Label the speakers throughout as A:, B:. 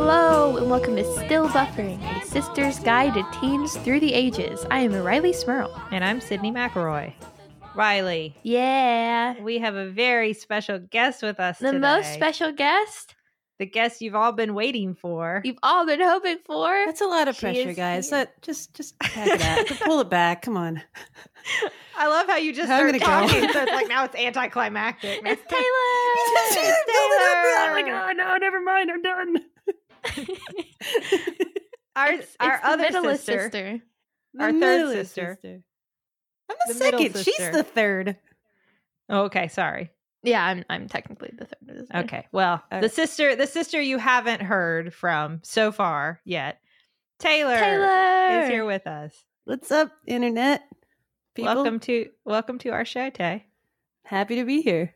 A: and welcome to Still Buffering, a sister's guide to teens through the ages. I am Riley Smurl.
B: And I'm Sydney McElroy. Riley,
A: Yeah.
B: we have a very special guest with us
A: The
B: today.
A: most special guest
B: The guest you've all been waiting for.
A: you've all been hoping for.
C: That's a lot of
A: She
C: pressure,
A: is
C: guys.
A: here.
C: Let- just just pack it out. Pull it back. Come on.
B: I love how you just
C: I'm
B: started
C: gonna go.
B: talking, so it's like now it's anticlimactic.
A: It's Taylor.
B: It's Taylor.
C: no, never mind. I'm done.
B: Our,
A: It's- it's
B: our
A: the
B: other
A: middlest
B: sister,
A: sister.
B: Our third
C: middle
B: sister.
C: I'm the,
B: The middle
C: second.
B: sister.
C: She's the third.
B: Oh, okay, sorry.
A: Yeah, I'm, I'm technically the third sister.
B: Okay, well,
A: Uh,
C: All
B: the
C: right.
B: sister, the sister you haven't heard from so far yet, Taylor,
A: Taylor.
B: is here with us.
C: What's up, internet? People,
B: Welcome to welcome to our show, Tay.
C: Happy to be here.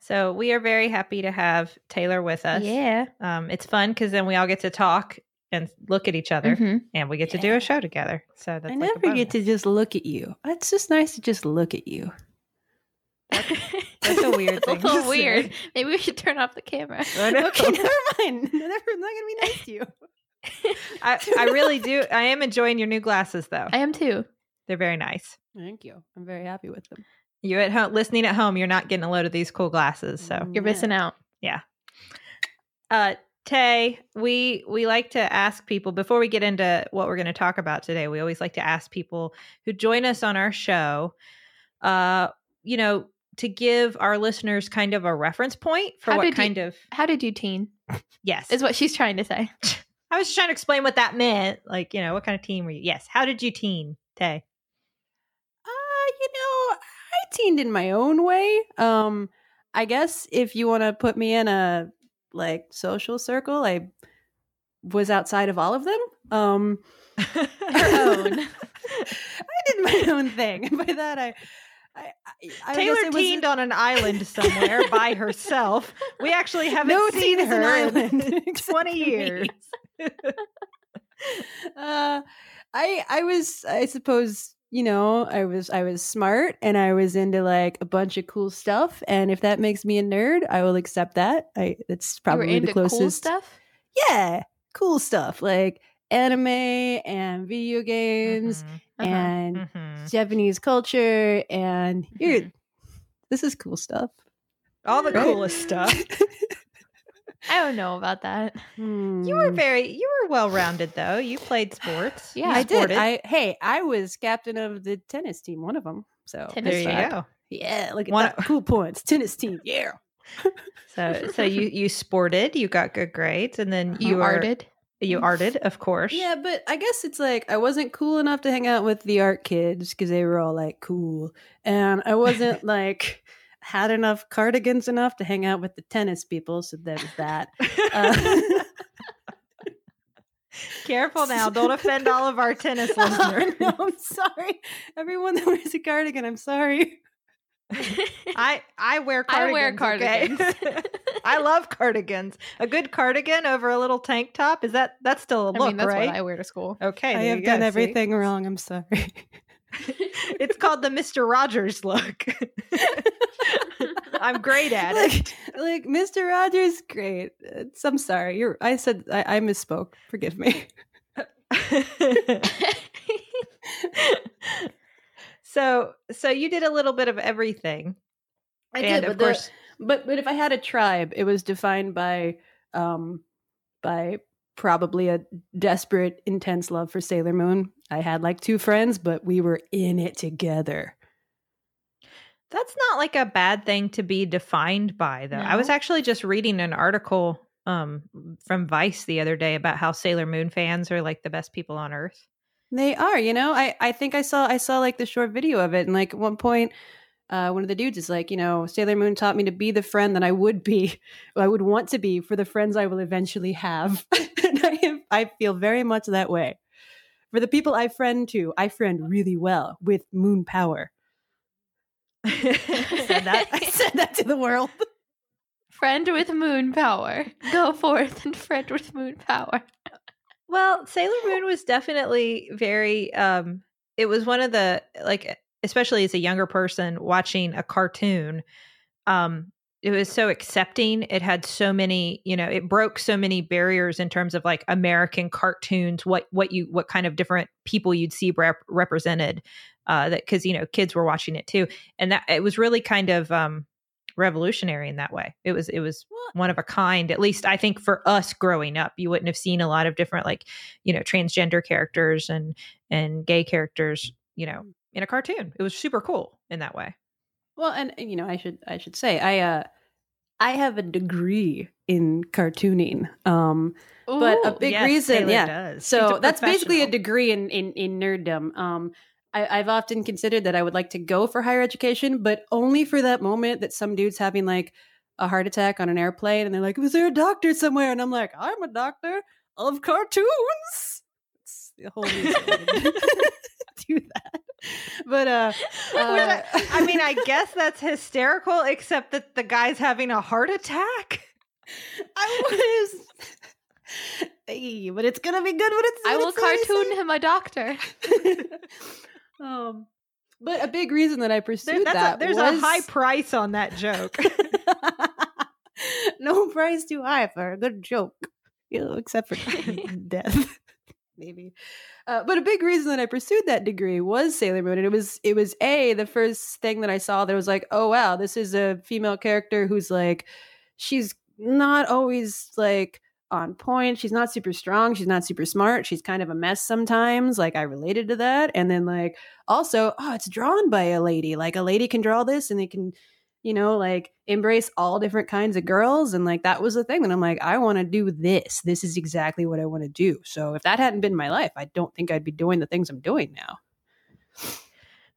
B: So we are very happy to have Taylor with us.
A: Yeah.
B: Um, it's fun because then we all get to talk and look at each other,
A: Mhm.
B: and we get to do
C: Yeah.
B: a show together. So that's
C: I
B: like a
C: never get
B: bonus.
C: to just look at you. It's just nice to just look at you.
B: That's a weird
A: It's a
B: thing.
A: little
B: to
A: weird.
B: say.
A: Maybe we should turn off the camera.
B: I know.
C: Okay, never mind. Never, I'm not gonna be nice to you.
B: I, I really do. I am enjoying your new glasses, though.
A: I am too.
B: They're very nice.
C: Thank you. I'm very happy with them.
B: You at home listening at home, you're not getting a load of these cool glasses. So,
A: You're missing out.
B: uh, Tay, we we like to ask people before we get into what we're going to talk about today. We always like to ask people who join us on our show, uh, you know, to give our listeners kind of a reference point for
A: How did
B: what
A: you-
B: kind of
A: How did you teen?
B: yes
A: Is what she's trying to say.
B: I was just trying to explain what that meant. Like, you know, what kind of team were you? Yes. How did you teen, Tay?
C: Uh, you know, I teened in my own way. Um, I guess if you want to put me in a like social circle, I was outside of all of them. Um,
A: Her own.
C: I did my own thing. By that, I, I, I, I
B: Taylor
C: guess it was-
B: teened on an island somewhere by herself. We actually haven't
C: No teen
B: seen
C: is an
B: her
C: island,
B: in
C: except
B: 20
C: for me.
B: years.
C: Uh, I, I was, I suppose, you know, I was, I was smart, and I was into like a bunch of cool stuff. And if that makes me a nerd, I will accept that. I, that's probably
A: you were into
C: the closest.
A: cool stuff.
C: yeah, cool stuff like anime and video games
B: Mhm,
A: Uh-huh.
C: and
B: mhm.
C: Japanese culture and you're
A: Mm-hmm.
C: this is cool stuff.
B: All the
C: Right?
B: coolest stuff.
A: I don't know about that.
B: You
C: Hmm,
B: were very, you were well rounded though. You played sports.
A: Yeah,
B: You
C: I did.
B: sported.
C: I hey, I was captain of the tennis team, one of them. So
A: Tennis
B: there
A: missed
B: you
A: that.
B: go.
C: Yeah, look at
B: One-
C: that. Cool points. Tennis team. Yeah.
B: So, so you you sported. You got good grades, and then you,
A: You,
B: were-
A: arted.
B: You arted, of course.
C: Yeah, but I guess it's like I wasn't cool enough to hang out with the art kids because they were all like cool. And I wasn't like had enough cardigans enough to hang out with the tennis people, so there was that. Uh,
B: Careful now. Don't offend all of our tennis
C: Oh,
B: listeners.
C: no, I'm sorry. Everyone that wears a cardigan, I'm sorry.
B: I, I wear cardigans.
A: I wear
B: okay?
A: cardigans.
B: I love cardigans. A good cardigan over a little tank top. Is that that's still a
A: I
B: look,
A: mean, that's
B: right?
A: what I wear to school.
B: okay.
C: I
B: there
C: have
B: you go,
C: done
B: see?
C: everything wrong. I'm sorry.
B: It's called the Mr. Rogers look. I'm great at it.
C: like, like Mr. Rogers, great. It's, I'm sorry. You're. I said I, I misspoke. Forgive me.
B: so so you did a little bit of everything.
C: I
B: and of course
C: but but if I had a tribe, it was defined by um by probably a desperate, intense love for Sailor Moon. I had like two friends, but we were in it together.
B: That's not like a bad thing to be defined by, though. I was actually just reading an article um, from Vice the other day about how Sailor Moon fans are like the best people on earth.
C: They are, you know. I I think I saw I saw like the short video of it, and like at one point, uh, one of the dudes is like, you know, Sailor Moon taught me to be the friend that I would be, I would want to be for the friends I will eventually have. and I am, I feel very much that way. For the people I friend to, I friend really well with moon power.
B: Said that.
C: I said that to the world.
A: Friend with moon power. Go forth and friend with moon power.
B: Well, Sailor Moon was definitely very. Um, it was one of the like, especially as a younger person watching a cartoon. Um, it was so accepting it had so many you know it broke so many barriers in terms of like american cartoons what what you what kind of different people you'd see rep- represented uh that because you know kids were watching it too and that it was really kind of um revolutionary in that way it was it was one of a kind at least i think for us growing up you wouldn't have seen a lot of different like you know transgender characters and and gay characters you know in a cartoon it was super cool in that way
C: Well, and and, you know, I should I should say I uh I have a degree in cartooning. Um But a big reason-
B: Taylor
C: yeah.
B: does. She's
C: so that's basically a
B: professional.
C: degree in in, in nerddom. Um I, I've often considered that I would like to go for higher education, but only for that moment that some dude's having like a heart attack on an airplane and they're like, Was there a doctor somewhere? And I'm like, I'm a doctor of cartoons. It's the whole reason I wanted to do that. But uh,
B: Where
C: uh,
B: the- I mean, I guess that's hysterical, except that the guy's having a heart attack.
C: I was. Hey, but it's gonna be good when it's.
A: I
C: when
A: will
C: it's already
A: cartoon him a doctor.
C: started. um, but a big reason that I
B: There-
C: pursued
B: that's
C: that
B: a, there's
C: was...
B: a high price on that joke.
C: no price too high for a good joke, you know, except for death, maybe. Uh, but a big reason that I pursued that degree was Sailor Moon, and it was it was a the first thing that I saw that was like, oh wow, this is a female character who's like, she's not always like on point. She's not super strong. She's not super smart. She's kind of a mess sometimes. Like I related to that, and then like also, oh, it's drawn by a lady. Like a lady can draw this, and they can. You know, like embrace all different kinds of girls. And like that was the thing that I'm like, I want to do this. This is exactly what I want to do. So if that hadn't been my life, I don't think I'd be doing the things I'm doing now.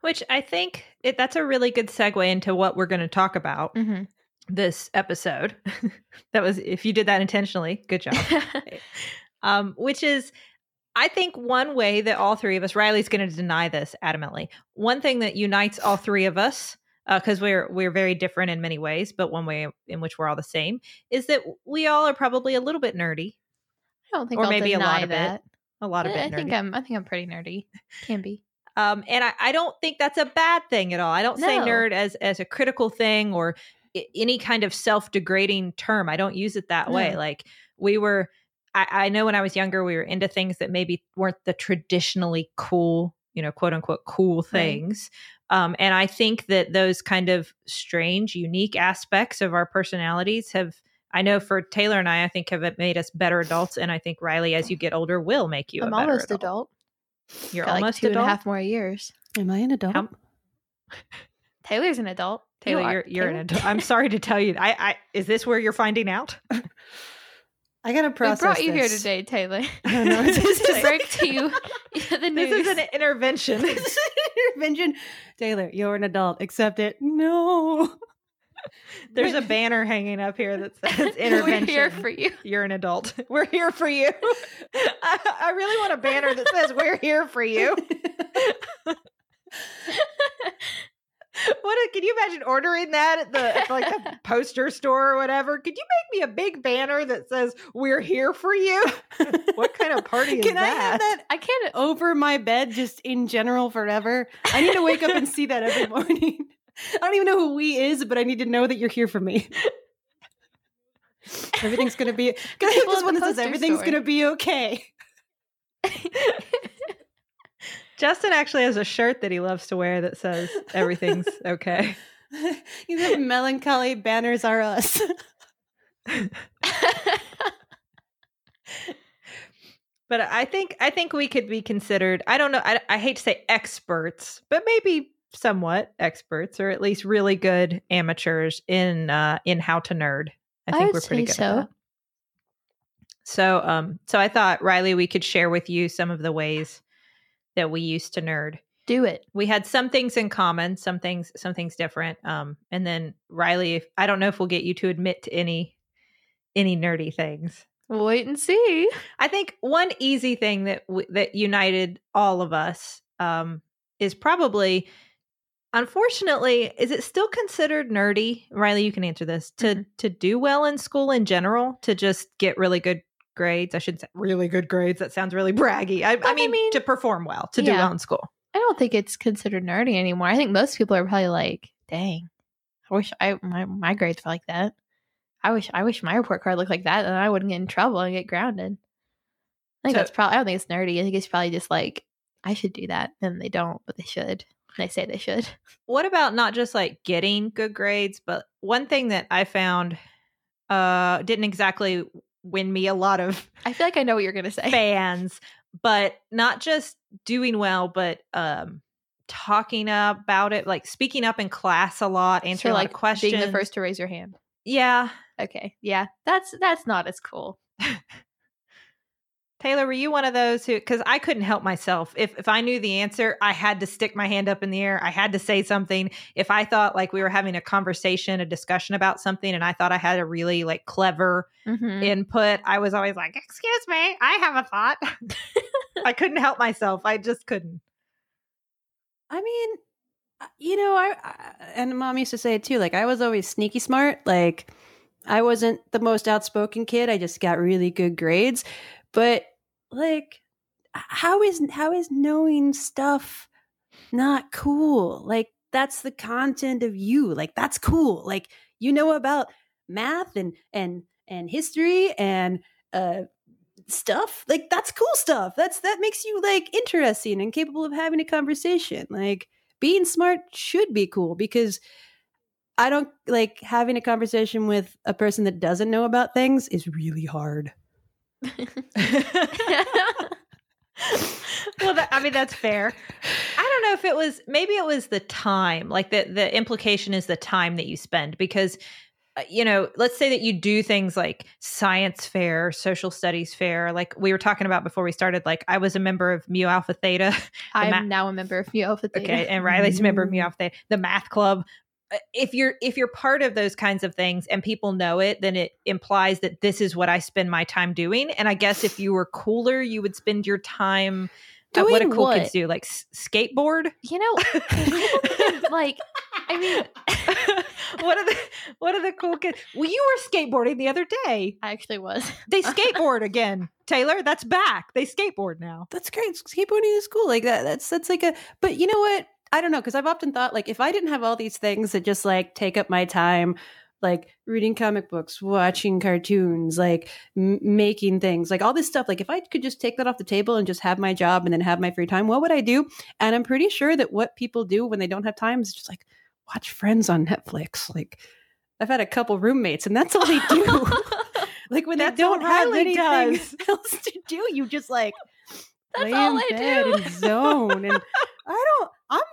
B: Which I think it, that's a really good segue into what we're going to talk about
A: Mhm.
B: this episode. that was, if you did that intentionally, good job. um, which is I think one way that all three of us, Riley's going to deny this adamantly. One thing that unites all three of us, because we're we're very different in many ways, but one way in which we're all the same is that we all are probably a little bit nerdy,
A: I don't think
B: Or
A: I'll
B: maybe a
A: deny
B: lot of it.
A: that.
B: a lot of
A: I,
B: bit
A: Eh, I
B: nerdy.
A: think I'm. I think I'm pretty nerdy. Can be.
B: um, and I, I don't think that's a bad thing at all. I don't say
A: No.
B: nerd as as a critical thing or i- any kind of self degrading term. I don't use it that way.
A: No.
B: Like we were, I, I know when I was younger, we were into things that maybe weren't the traditionally cool, you know, quote unquote cool things. Um, and I think that those kind of strange, unique aspects of our personalities have. I know for Taylor and I, I think have made us better adults, and I think Riley, as you get older, will make you.
A: I'm
B: a better
A: almost
B: adult.
A: adult.
B: You're
A: Got
B: almost
A: like two and a half
B: adult.
A: more years.
C: Am I an adult?
B: How-
A: Taylor's an adult.
B: Taylor,
A: you
B: you
A: are-
B: are, you're an
A: Taylor?
B: adult. I'm sorry to tell you. I, I is this where you're finding out?
C: I gotta
A: We
C: process.
A: brought you here
C: this.
A: today, Taylor,
C: I don't know. This is
A: to break to you the news.
B: This is an intervention.
C: this is an intervention. Taylor, you're an adult. Accept it. No.
B: There's a banner hanging up here that says
A: We're
B: intervention.
A: here for you.
B: you're an adult. We're here for you. I, I really want a banner that says "We're here for you." What a, can you imagine ordering that at the at like the poster store or whatever? Could you make me a big banner that says "We're here for you"? What kind of party is
C: Can I have that
A: I can't.
C: over my bed just in general forever? I need to wake up and see that every morning. I don't even know who we is, but I need to know that you're here for me. Everything's gonna be. Cause I
A: People
C: just
A: at
C: one
A: the
C: that says
A: poster
C: everything's
A: store.
C: gonna be okay.
B: Justin actually has a shirt that he loves to wear that says "Everything's okay."
C: you have melancholy banners are us.
B: But I think I think we could be considered. I don't know. I, I hate to say experts, but maybe somewhat experts, or at least really good amateurs in uh, in how to nerd. I think
A: would
B: we're pretty
A: say
B: good. at
A: so.
B: that. So, um, so I thought Riley, we could share with you some of the ways that we used to nerd.
A: Do it.
B: We had some things in common, some things, some things different. Um, and then Riley, if, I don't know if we'll get you to admit to any any nerdy things.
A: We'll wait and see.
B: I think one easy thing that w- that united all of us um, is probably, unfortunately, is it still considered nerdy? Riley, you can answer this to
A: Mhm.
B: to do well in school in general, to just get really good grades. I shouldn't say really good grades. That sounds really braggy. I, I,
A: I
B: mean,
A: mean-
B: to perform well, to do
A: Yeah.
B: well in school.
A: I don't think it's considered nerdy anymore. I think most people are probably like, "Dang, I wish I my, my grades were like that. I wish I wish my report card looked like that, and I wouldn't get in trouble and get grounded. I think
B: So-
A: that's probably. I don't think it's nerdy. I think it's probably just like I should do that, and they don't, but they should. They say they should.
B: what about not just like getting good grades but one thing that i found uh didn't exactly win me a lot of
A: I feel like I know what you're gonna say.
B: fans but not just doing well but um talking about it like speaking up in class a lot answering like questions
A: being the first to raise your hand.
B: yeah
A: Okay, yeah, that's that's not as cool.
B: taylor were you one of those who because i couldn't help myself if if i knew the answer i had to stick my hand up in the air i had to say something if i thought like we were having a conversation a discussion about something and i thought i had a really like clever
A: Mhm.
B: input, I was always like, "Excuse me, I have a thought." I couldn't help myself. I just couldn't.
C: I mean, uh, you know, I, I and mom used to say it too. Like I was always sneaky smart. Like I wasn't the most outspoken kid. I just got really good grades. But like, h- how is how is knowing stuff not cool? Like that's the content of you. Like that's cool. Like you know about math and and and history and uh stuff like that's cool stuff that's that makes you like interesting and capable of having a conversation like being smart should be cool because i don't like having a conversation with a person that doesn't know about things is really hard
B: well, that, I mean that's fair. I don't know if it was maybe it was the time. Like the the implication is the time that you spend because uh, you know, let's say that you do things like science fair, social studies fair, like we were talking about before we started. Like I was a member of Mu Alpha Theta.
A: I'm
B: ma-
A: now a member of Mu Alpha Theta.
B: okay and riley's a member of me
C: Mm-hmm.
B: off the the math club Uh, if you're if you're part of those kinds of things and people know it then it implies that this is what i spend my time doing and i guess if you were cooler you would spend your time at what a
A: Doing
B: cool
A: what?
B: kids do like s- skateboard
A: You know, like I mean,
B: what are the what are the cool kids well you were skateboarding the other day
A: I actually was.
B: they skateboard again taylor that's back they skateboard now
C: that's great skateboarding is cool like that that's that's like a but you know what i don't know because i've often thought like if i didn't have all these things that just like take up my time like reading comic books watching cartoons like m- making things like all this stuff like if i could just take that off the table and just have my job and then have my free time what would i do and i'm pretty sure that what people do when they don't have time is just like watch friends on netflix like i've had a couple roommates and that's all they do like when
B: That's
C: they don't
B: all
C: have
B: Riley
C: anything
B: does.
C: else to do you just like
A: That's
C: lay
A: all
C: in
A: I
C: bed
A: do.
C: and zone and i don't i'm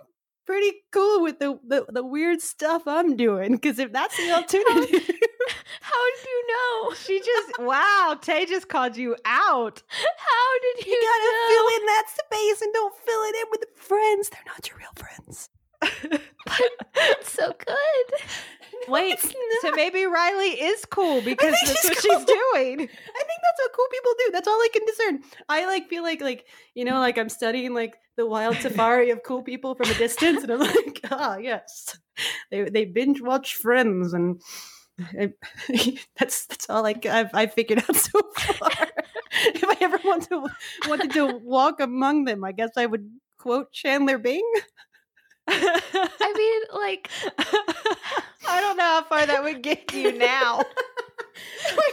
C: pretty cool with the the, the weird stuff i'm doing because if that's the alternative
A: How did you know?
B: she just wow tay just called you out
A: How did you,
C: you gotta
A: know?
C: fill in that space and don't fill it in with friends they're not your real friends
A: It's so good.
B: Wait,
C: It's
B: so maybe Riley is cool because
C: think
B: that's what
C: she's
B: she's doing.
C: I think that's what cool people do. That's all I can discern. I like feel like like you know like I'm studying like the wild safari of cool people from a distance, and I'm like, ah, yes, they they binge watch Friends, and I, that's that's all I I've, I've figured out so far. if I ever want to wanted to walk among them, I guess I would quote Chandler Bing.
A: I mean, like
B: I don't know how far that would get you now.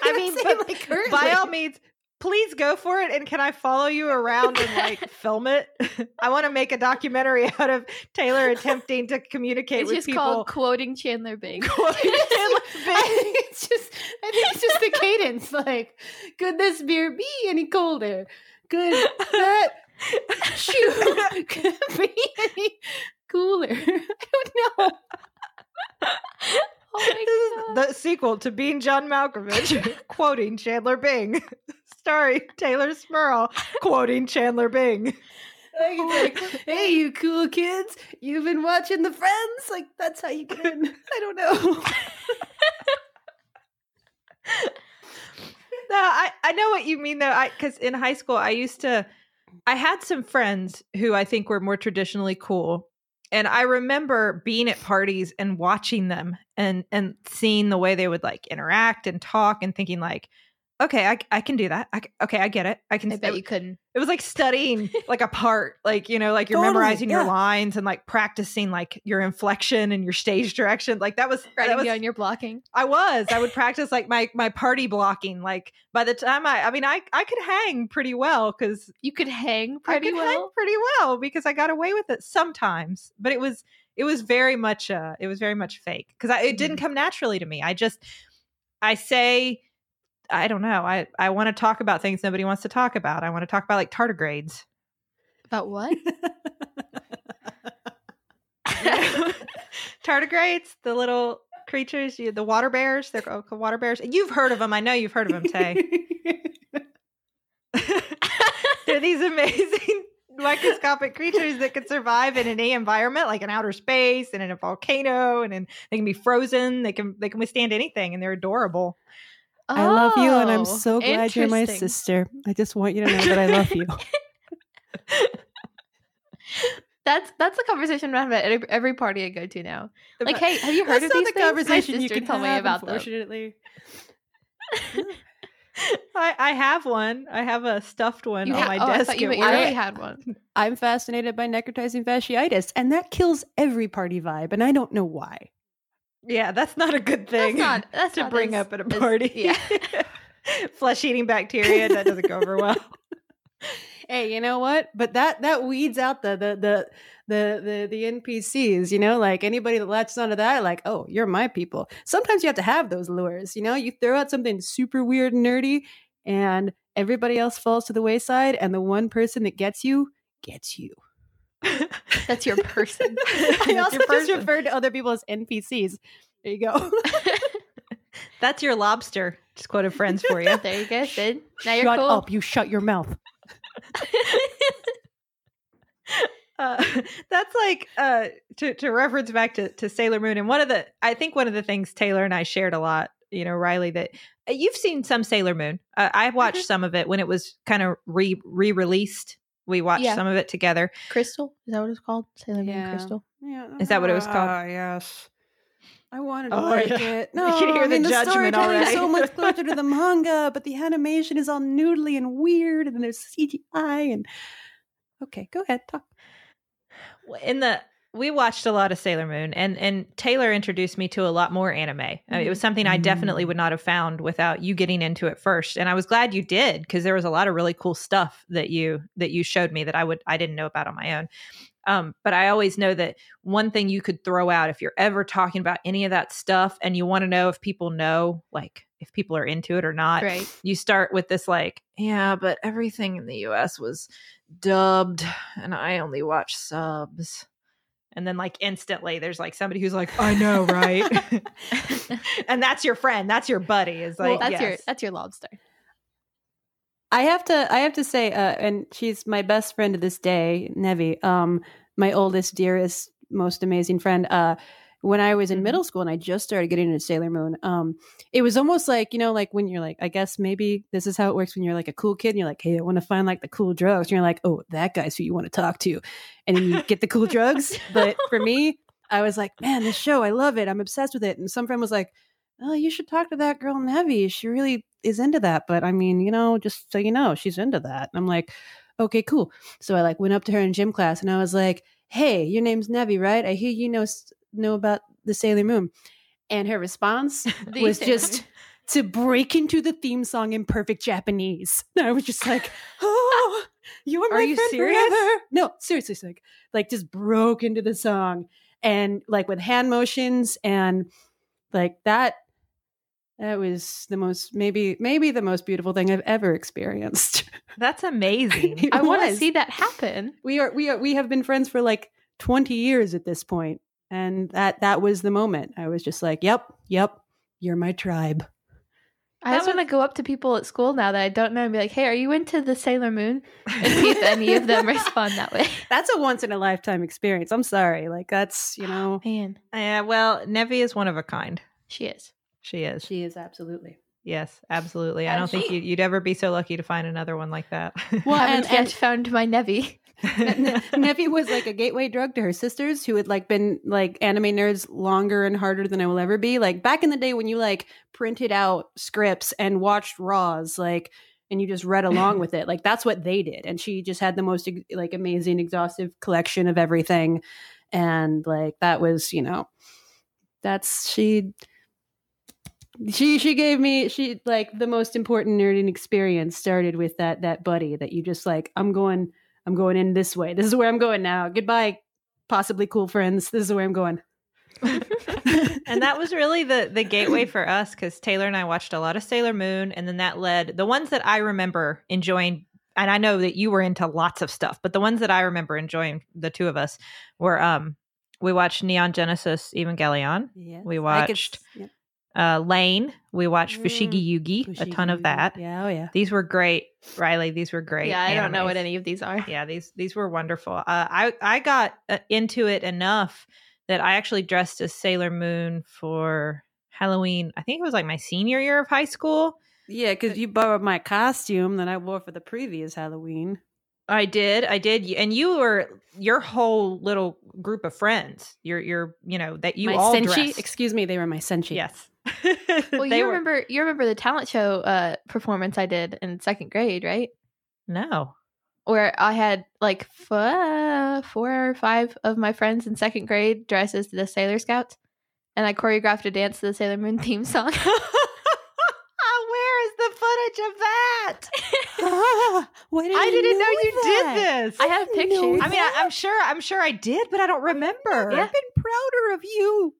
B: I mean, but by all means, please go for it. And can I follow you around and like film it? I want to make a documentary out of Taylor attempting to communicate
A: it's
B: with
A: just
B: people.
A: called quoting Chandler Bing. Oh
C: I think it's just I think it's just the cadence. Like, could this beer be any colder? Could that shoe be any cooler? I don't know.
A: Oh my god.
B: the sequel to Being John Malkovich, quoting Chandler Bing, starring Taylor Smurl, quoting Chandler Bing.
C: Like, it's like, hey, you cool kids, you've been watching the Friends. Like, that's how you get in. I don't know.
B: No, I, I know what you mean though. I because in high school I used to I had some friends who I think were more traditionally cool. And I remember being at parties and watching them and and seeing the way they would like interact and talk and thinking like, okay, I, I can do that. I, c- okay, I get it. I can.
A: I bet you couldn't.
B: it was like studying like a part like you know like you're
C: Totally,
B: memorizing your
C: yeah.
B: lines and like practicing like your inflection and your stage direction like that was, that
A: Writing
B: was
A: down your blocking.
B: i was i would practice like my my party blocking like by the time i i mean i i could hang pretty well because
A: You could hang
B: i
A: pretty
B: could
A: well.
B: hang pretty well because i got away with it sometimes but it was it was very much uh it was very much fake because i it didn't
A: Mm.
B: come naturally to me i just i say I don't know. I, I want to talk about things nobody wants to talk about. I want to talk about like tardigrades.
A: About what?
B: tardigrades, the little creatures, you, the water bears. They're called water bears. You've heard of them. I know you've heard of them, Tay. they're these amazing microscopic creatures that can survive in any environment, like in outer space and in a volcano, and in, they can be frozen. They can they can withstand anything, and they're adorable.
C: I love you, and I'm
A: Oh,
C: so glad you're my
A: interesting.
C: sister. I just want you to know that I love you.
A: That's that's a conversation I'm at every, every party I go to now. Like, hey, have you heard
C: That's
A: of
C: not
A: these
C: the
A: things?
C: conversation
A: my
C: you
A: sister
C: can
A: told me
C: have,
A: about them.
C: Unfortunately,
B: I, I have one. I have a stuffed one
A: You
B: on
A: ha-
B: my
A: oh, I
B: desk.
A: thought you meant
B: at
A: you
B: work.
A: already had one.
C: I'm fascinated by necrotizing fasciitis, and that kills every party vibe, and I don't know why.
B: Yeah, that's not a good thing.
A: not- that's
B: to
A: not
B: bring
A: as-
B: up at a
A: as-
B: party.
A: yeah.
B: flesh eating bacteria that doesn't go over well.
C: Hey, you know what? But that that weeds out the the the the the, the NPCs. You know, like anybody that latches onto that, like, oh, you're my people. Sometimes you have to have those lures. You know, you throw out something super weird and nerdy, and everybody else falls to the wayside, and the one person that gets you gets you.
A: That's your person.
C: I
B: That's
C: also
B: your
C: just
B: person.
C: referred to other people as NPCs. There you go.
B: That's your lobster. Just quoted friends for you.
A: there you go, Sid. Now you're
C: shut
A: cool.
C: up! You oh, shut your mouth.
B: Uh, that's like uh, to to reference back to, to Sailor Moon and one of the I think one of the things Taylor and I shared a lot. You know, Riley, that uh, you've seen some Sailor Moon. Uh, I watched
A: Mhm.
B: some of it when it was kind of re re released. We watched
A: Yeah.
B: some of it together.
A: Crystal? Is that what it's called? Sailor Moon
C: Yeah.
A: Crystal.
C: Yeah,
B: Is that what it was called?
C: Ah, yes. I wanted to
B: Oh,
C: like
B: yeah.
C: it.
B: You
C: No,
B: can hear
C: I
B: the
C: mean, the
B: judgment
C: storytelling is so
B: already.
C: much closer to the manga, but the animation is all noodly and weird, and there's CGI and. Okay, go ahead. Talk.
B: in the we watched a lot of Sailor Moon, and and Taylor introduced me to a lot more anime. I mean, it was something I definitely
C: Mm.
B: would not have found without you getting into it first, and I was glad you did because there was a lot of really cool stuff that you that you showed me that I would I didn't know about on my own. Um, but I always know that one thing you could throw out if you're ever talking about any of that stuff, and you want to know if people know, like if people are into it or not
A: Right.
B: you start with this like yeah but everything in the us was dubbed and i only watch subs and then like instantly there's like somebody who's like i know right and that's your friend that's your buddy is
A: Well,
B: like
A: that's your
B: yes.
A: that's your lobster.
C: I have to. I have to say, uh, and she's my best friend to this day, Nevi. Um, my oldest, dearest, most amazing friend. Uh, when I was in
B: Mhm.
C: middle school and I just started getting into Sailor Moon, um, it was almost like you know, like when you're like, I guess maybe this is how it works when you're like a cool kid and you're like, hey, I want to find like the cool drugs, and you're like, oh, that guy's who you want to talk to, and then you get the cool drugs. But for me, I was like, man, this show, I love it, I'm obsessed with it. And some friend was like, oh, you should talk to that girl Nevi. She really is into that. But I mean, you know, just so you know, she's into that. And I'm like, okay, cool. So I like went up to her in gym class and I was like, hey, your name's Nevi, right? I hear you know s- know about the Sailor Moon. And her response
A: The
C: was
A: Sailor
C: just to break into the theme song in perfect Japanese. And I was just like, oh, you're my
B: Are you
C: friend
B: serious?
C: forever. No, seriously, like, like just broke into the song and like with hand motions and like that. That was the most maybe maybe the most beautiful thing I've ever experienced.
B: that's amazing
C: It
A: I want to
C: was.
A: see that happen.
C: We are we are we have been friends for like 20 years at this point and that that was the moment. I was just like, "Yep, yep, you're my tribe."
A: I
B: That
A: just want to go up to people at school now that I don't know and be like, "Hey, are you into the Sailor Moon?" And see if any of them respond that way.
C: That's a once in a lifetime experience. I'm sorry. Like that's, you know,
A: Man,
B: yeah well nevi is one of a kind
A: she is.
B: she is
C: she is absolutely.
B: yes absolutely i
A: And
B: don't think
A: she-
B: you, you'd ever be so lucky to find another one like that
C: Well,
A: I haven't
C: and-
A: yet
C: and-
A: found my Nevi.
C: Ne- Nevi was like a gateway drug to her sisters who had like been like anime nerds longer and harder than I will ever be. Like back in the day when you like printed out scripts and watched Raws, like and you just read along with it. Like that's what they did. And she just had the most ex- like amazing exhaustive collection of everything. And like that was, you know, that's she she she gave me she like the most important nerding experience started with that that buddy that you just like I'm going I'm going in this way. This is where I'm going now. Goodbye, possibly cool friends. This is where I'm going.
B: and that was really the the gateway for us because Taylor and I watched a lot of Sailor Moon, and then that led the ones that I remember enjoying. And I know that you were into lots of stuff, but the ones that I remember enjoying, the two of us, were um we watched Neon Genesis Evangelion,
C: Yes,
B: We
C: I could
B: watched
C: s- yep.
B: uh, Lane, we watched
A: Mm.
B: Fushigi Yugi, a ton of
C: Fushigi.
B: that.
C: Yeah, oh yeah.
B: These were great, Riley. These were great.
A: yeah, I don't know
B: animes
A: what any of these are.
B: yeah these these were wonderful uh, i i got uh, into it enough that i actually dressed as sailor moon for halloween i think it was like my senior year of high school
C: Yeah, because you borrowed my costume that I wore for the previous Halloween.
B: i did i did y- and you were your whole little group of friends your your you know that you
C: my
B: all
C: senshi?
B: dressed
C: Excuse me, they were my senshi.
B: yes
A: Well, you remember you remember the talent show uh, performance I did in second grade, right?
B: no
A: Where I had like f- four or five of my friends in second grade dressed as the Sailor Scouts, and I choreographed a dance to the Sailor Moon theme song.
B: where is the footage of that
C: Ah, why didn't
B: i didn't know, you
C: that?
B: did this
A: I have
C: didn't know
A: pictures.
B: I mean, I, I'm sure, I'm sure I did, but I don't remember.
A: Yeah.
C: been prouder of you.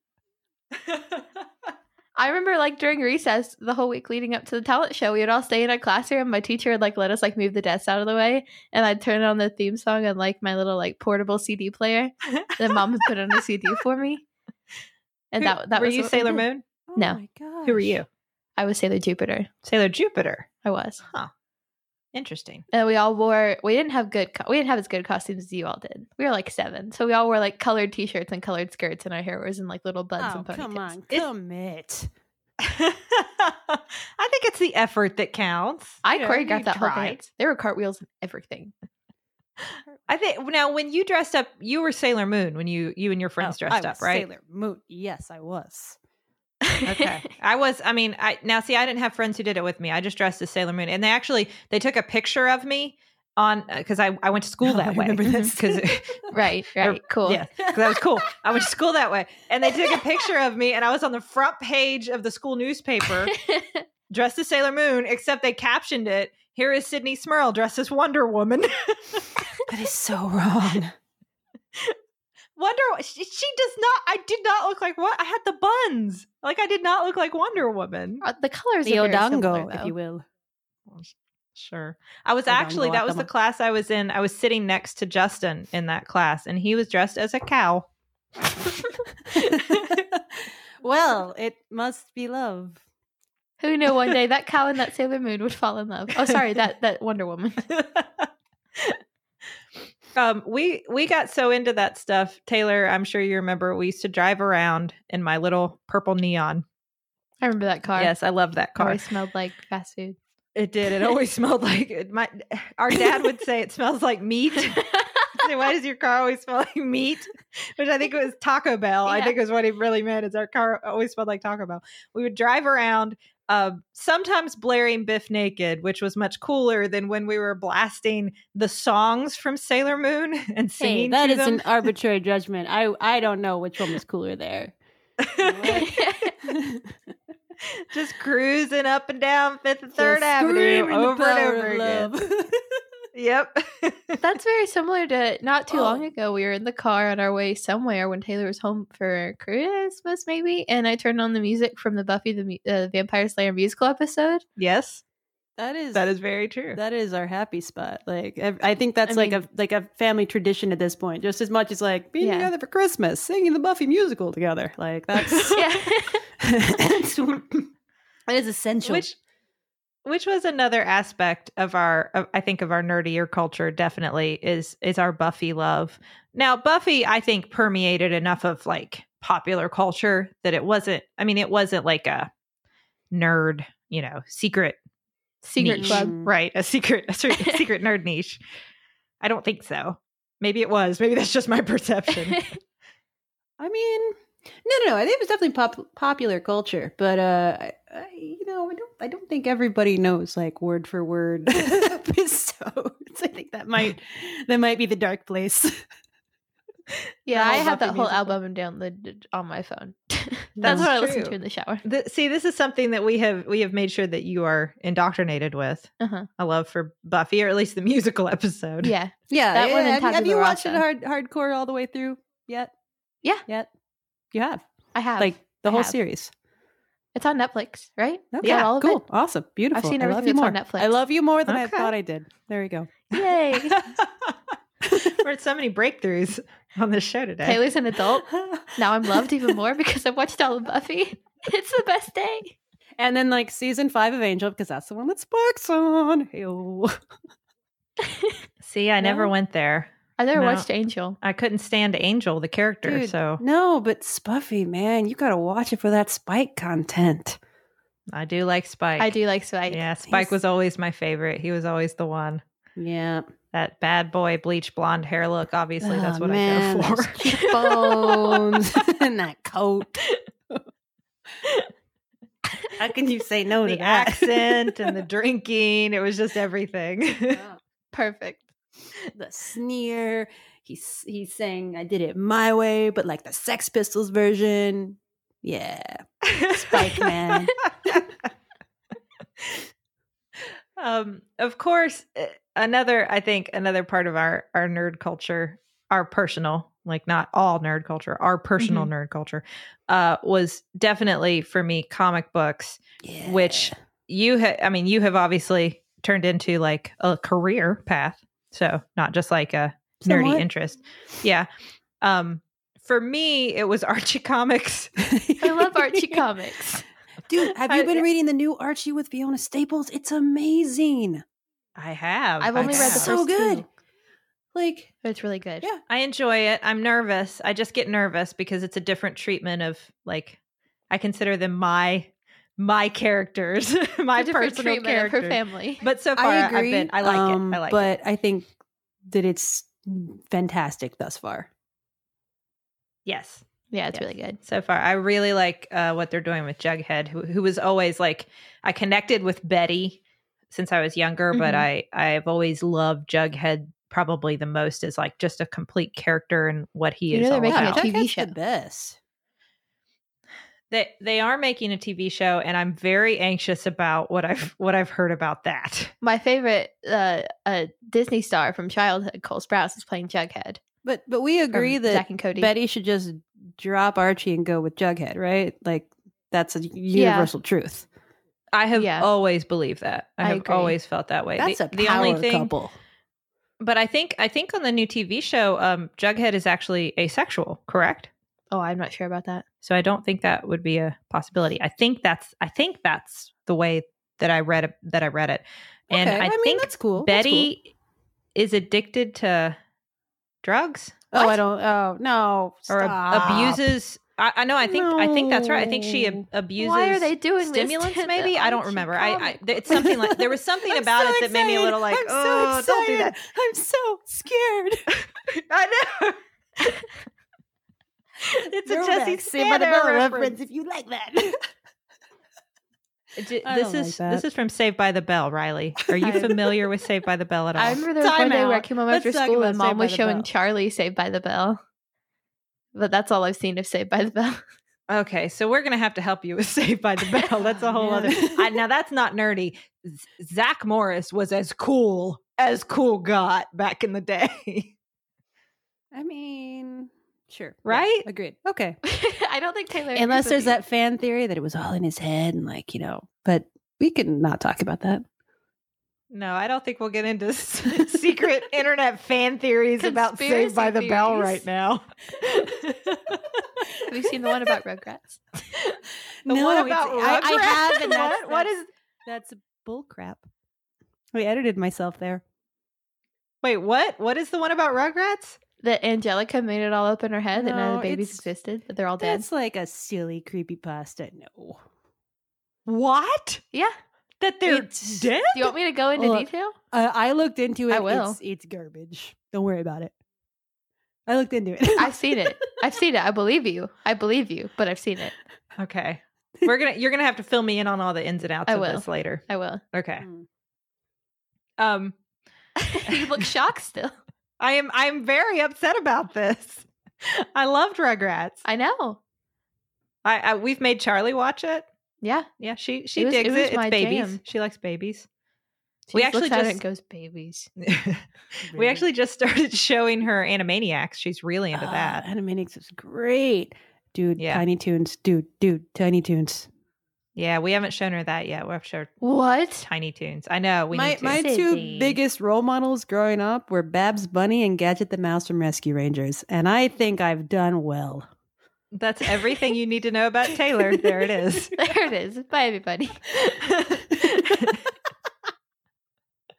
A: I remember like during recess, the whole week leading up to the talent show, we would all stay in our classroom. My teacher would like let us like move the desks out of the way, and I'd turn on the theme song on like my little like portable CD player that mom had put on a CD for me. And
B: Who-
A: that that
B: were
A: was
B: you
A: what we
B: Sailor
A: did.
B: Moon?
C: Oh
A: No.
C: my gosh.
B: Who were you?
A: I was Sailor Jupiter.
B: Sailor Jupiter.
A: I was.
B: Interesting.
A: And we all wore. We didn't have good. Co- we didn't have as good costumes as you all did. We were like seven, so we all wore like colored T-shirts and colored skirts, and our hair was in like little buds
C: Oh,
A: and ponytails.
C: come on,
B: It's-
C: commit.
B: I think it's the effort that counts.
A: I
B: You know, you
A: choreographed that whole
B: tried.
A: dance. There were cartwheels and everything.
B: I think now when you dressed up, you were Sailor Moon when you you and your friends
C: Oh, I
B: dressed
C: was
B: up, right?
C: Sailor Moon. Yes, I was.
B: okay. I was. I mean, I now see. I didn't have friends who did it with me. I just dressed as Sailor Moon, and they actually they took a picture of me on because I I went to school
C: Oh,
B: that
C: I
B: way
C: remember this.
B: because
A: right. Right. Cool.
B: Yeah, because that was cool. I went to school that way, and they took a picture of me, and I was on the front page of the school newspaper dressed as Sailor Moon, except they captioned it. Here is Sydney Smurl dressed as Wonder Woman.
C: That is so wrong.
B: Wonder she, she does not. I did not look like what I had the buns. Like I did not look like Wonder Woman.
A: Uh, the colors
C: the
A: are very similar,
C: Odango, if
A: though.
C: you will.
B: Sure, I was
C: Hold on,
B: actually
C: go
B: that
C: out
B: was
C: the
B: the class I was in. I was sitting next to Justin in that class, and he was dressed as a cow.
C: well, it must be love.
A: Who knew one day that cow and that Sailor Moon would fall in love? Oh, sorry, that that Wonder Woman.
B: um, we we got so into that stuff, Taylor. I'm sure you remember. We used to drive around in my little purple neon.
A: I remember that car.
B: Yes, I love that
A: It
B: car.
A: always smelled like fast food.
B: It did. It always smelled like it. my. Our dad would say it smells like meat. He'd say, Why does your car always smell like meat? Which I think was Taco Bell. I
A: Yeah.
B: think is what he really meant. Is our car always smelled like Taco Bell? We would drive around, uh, sometimes blaring Biff Naked, which was much cooler than when we were blasting the songs from Sailor Moon and
C: Hey,
B: singing.
C: that
B: to
C: is
B: them.
C: an arbitrary judgment. I I don't know which one was cooler there.
B: just cruising up and down Fifth and Third
C: Just
B: Avenue
C: screaming the
B: over and
C: power
B: over
C: of
B: again.
C: love.
B: Yep.
A: That's very similar to not too long
C: Oh.
A: ago. We were in the car on our way somewhere when Taylor was home for Christmas, maybe, and I turned on the music from the Buffy the Mu- uh, Vampire Slayer musical episode.
B: yes,
C: that is
B: that is very true.
C: that is our happy spot. Like I, I think that's
A: I
C: like
A: mean-
C: a like a family tradition at this point. Just as much as like being
A: Yeah.
C: together for Christmas, singing the Buffy musical together. Like that's
A: Yeah,
C: it's- that is essential.
B: which which was another aspect of our of, i think of our nerdier culture definitely is is our buffy love now buffy i think permeated enough of like popular culture that it wasn't i mean it wasn't like a nerd you know secret
A: Secret
B: Niche.
A: Club.
C: Mm.
B: right a secret a secret secret nerd niche i don't think so Maybe it was. Maybe that's just my perception.
C: I mean, no, no, no. I think it was definitely pop- popular culture, but uh, I, I, you know, I don't, I don't think everybody knows like word for word episodes. I think that might, that might be the dark place.
A: yeah,
C: The
A: I
C: whole
A: have that
C: Buffy
A: whole
C: musical.
A: album downloaded on my phone. That's,
B: That's
A: what I listen
B: true.
A: to in the shower.
B: Th- see, this is something that we have we have made sure that you are indoctrinated with.
A: Uh-huh.
B: A love for Buffy, or at least the musical episode.
A: Yeah.
C: Yeah,
A: That
C: yeah,
A: one and
C: yeah. Have, you- have you
A: Tabula
C: watched it
A: Rasa.
C: hard hardcore all the way through yet?
A: Yeah.
C: yet you have
A: I have.
C: like the
A: I
C: whole
A: have.
C: series.
A: it's on Netflix, right?
C: Okay,
A: Yeah, all of
C: cool,
A: it.
C: awesome, beautiful.
A: seen
C: I love
A: everything
C: you more.
A: that's on Netflix.
C: I love you more than I
B: Okay.
C: thought I did. There we go.
A: Yay.
B: We're at so many breakthrough on this show today.
A: Taylor's an adult. Now I'm loved even more because I've watched all of Buffy. It's the best day.
C: and then like season five of Angel because that's the one that Sparks on. oh, Ew.
B: see, I never
C: No.
B: went there.
A: I never
B: No.
A: watched Angel.
B: I couldn't stand Angel, the character.
C: Dude,
B: So
C: No, but Spuffy, man, you gotta watch it for that Spike content.
B: I do like Spike.
A: I do like Spike.
B: Yeah, Spike
C: He's-
B: was always my favorite. He was always the one.
C: Yeah,
B: That bad boy bleach blonde hair look. Obviously, that's
C: Oh,
B: what
C: man,
B: I go
C: those
B: for.
C: cheekbones and that coat. How can you say no to
B: the
C: that?
B: accent and the drinking. It was just everything.
A: Perfect.
C: the sneer. He's he's saying I did it my way, but like the Sex Pistols version. Yeah, Spike man.
B: um, of course, uh, another I think another part of our our nerd culture, our personal, like not all nerd culture, our personal
A: Mm-hmm.
B: nerd culture, uh, was definitely for me comic books,
C: Yeah.
B: which you ha- I mean you have obviously turned into like a career path, so not just like a nerdy
C: Somewhat.
B: interest. Yeah. Um, for me, it was Archie Comics.
A: I love Archie comics.
C: Dude, have you
B: I-
C: been reading the new Archie with Fiona Staples? It's amazing.
B: I have.
A: I've
B: I
A: only read the
B: have.
A: first
C: So good.
A: two,
C: Like,
A: but it's really good.
C: Yeah.
B: I enjoy it. I'm nervous. I just get nervous because it's a different treatment of like I consider them my my characters, my
A: A different
B: personal
A: treatment of her
B: characters.
A: family.
B: But so far,
C: I
B: I've
C: agree.
B: been- I like
C: um,
B: it. I like it.
C: but I think that it's mm, fantastic thus far.
B: Yes,
A: Yeah, it's
B: Yes.
A: really good.
B: so far, I really like uh, what they're doing with Jughead, who who was always like I connected with Betty since I was younger, but
A: Mhm.
B: I I've always loved Jughead probably the most as like just a complete character and what he
A: You know
B: is.
A: they're
B: all
A: making a
B: about.
A: TV
C: Jughead's
A: show.
C: the best.
B: They they are making a TV show, and I'm very anxious about what I've what I've heard about that.
A: My favorite uh, uh, Disney star from childhood, Cole Sprouse, is playing Jughead.
C: But but we
A: from
C: agree that
A: Zack and Cody.
C: Betty should just drop Archie and go with Jughead, right? Like that's a universal truth.
B: I have
A: Yeah.
B: always believed that. I,
A: I
B: have
A: agree.
B: always felt that way.
C: That's
B: the,
C: a power
B: the only thing,
C: couple.
B: but I think I think on the new TV show, um, Jughead is actually asexual, correct?
A: oh, I'm not sure about that.
B: So I don't think that would be a possibility. I think that's I think that's the way that I read it, that I read it, and
C: Okay,
B: I,
C: mean,
B: think
C: that's cool. That's cool.
B: Betty is addicted to drugs.
C: Oh,
B: What?
C: I don't. Oh no,
B: or ab-
C: stop.
B: abuses. I, I know. I think. I think that's right. I think she ab-
C: No.
B: abuses.
A: Why are they doing this
B: stimulants?
A: to the
B: Maybe I don't
A: Archie
B: remember. I, I
A: comic
B: th- it's something like there was something
C: I'm
B: about
C: so
B: it that made me a
C: excited.
B: little like,
C: I'm so
B: oh, don't do that.
C: excited. I'm so scared.
B: I know. it's a Jesse Spanner reference.
C: if you like that.
B: J-
C: I
B: This
C: don't
B: is
C: like
B: this
C: that.
B: is from Saved by the Bell. Riley, are you
A: I-
B: familiar with Saved by the Bell at all?
A: I remember there was
C: Time
A: one day where I
C: out.
A: came home
C: Let's
A: after
C: talk
A: school
C: about
A: and
C: Saved
A: mom
C: by
A: was
C: the
A: showing
C: Bell.
A: Charlie Saved by the Bell. But that's all I've seen of Saved by the Bell.
B: Okay, so we're gonna have to help you with Saved by the Bell. That's a
C: Oh,
B: whole
C: man.
B: other. I, now that's not nerdy. Z- Zach Morris was as cool as cool got back in the day.
C: I mean, sure, Yeah,
B: Right?
C: agreed. Okay,
A: I don't think Taylor.
C: unless
A: agrees with
C: there's that fan theory that it was all in his head and like you know, but we can not talk about that.
B: No, I don't think we'll get into s- secret internet fan theories about Saved by the
A: Conspiracy
B: Bell
A: theories.
B: right now.
A: you. Have you seen the one about Rugrats?
B: The one about
C: I, I
B: Rugrats?
C: have, and that's,
B: What- what
C: that's-
B: is-
C: that's bull crap. I edited myself there.
B: Wait, what? What is the one about Rugrats?
A: That Angelica made it all up in her head that none of
C: No,
A: the babies
C: it's-
A: existed, that they're all dead.
C: That's like a silly creepy pasta. No.
B: What?
A: Yeah.
B: That they're
C: It's-
B: dead?
A: Do you want me to go into
C: Look,
A: detail?
C: Uh, I looked into it.
A: I will.
C: It's, it's garbage. Don't worry about it. I looked into it.
A: I've seen it. I've seen it. I believe you. I believe you, but I've seen it.
B: Okay. We're gonna you're gonna have to fill me in on all the ins and outs
A: I
B: of
A: will.
B: this later.
A: I will.
B: Okay.
C: Mm.
B: Um
A: you look shocked still.
B: I am I'm very upset about this. I loved Rugrats.
A: I know.
B: I, I we've made Charlie watch it.
A: Yeah.
B: Yeah, she she
A: It was-
B: digs
A: it
B: it.
A: was my
B: It's babies.
A: jam.
B: She likes babies.
A: She
B: We
A: just
B: actually
A: looks at it
B: just-
A: and goes babies.
B: we actually just started showing her Animaniacs. She's really into
C: Ah,
B: that.
C: Animaniacs is great. Dude,
B: Yeah.
C: Tiny Toons. Dude, dude, Tiny Toons.
B: Yeah, we haven't shown her that yet. We have to show her
A: What?
B: Tiny Toons. I know we
C: my
B: need to.
C: my two
A: Sydney.
C: biggest role models growing up were Babs Bunny and Gadget the Mouse from Rescue Rangers, and I think I've done well.
B: That's everything you need to know about Taylor. There it is.
A: There it is. Bye everybody.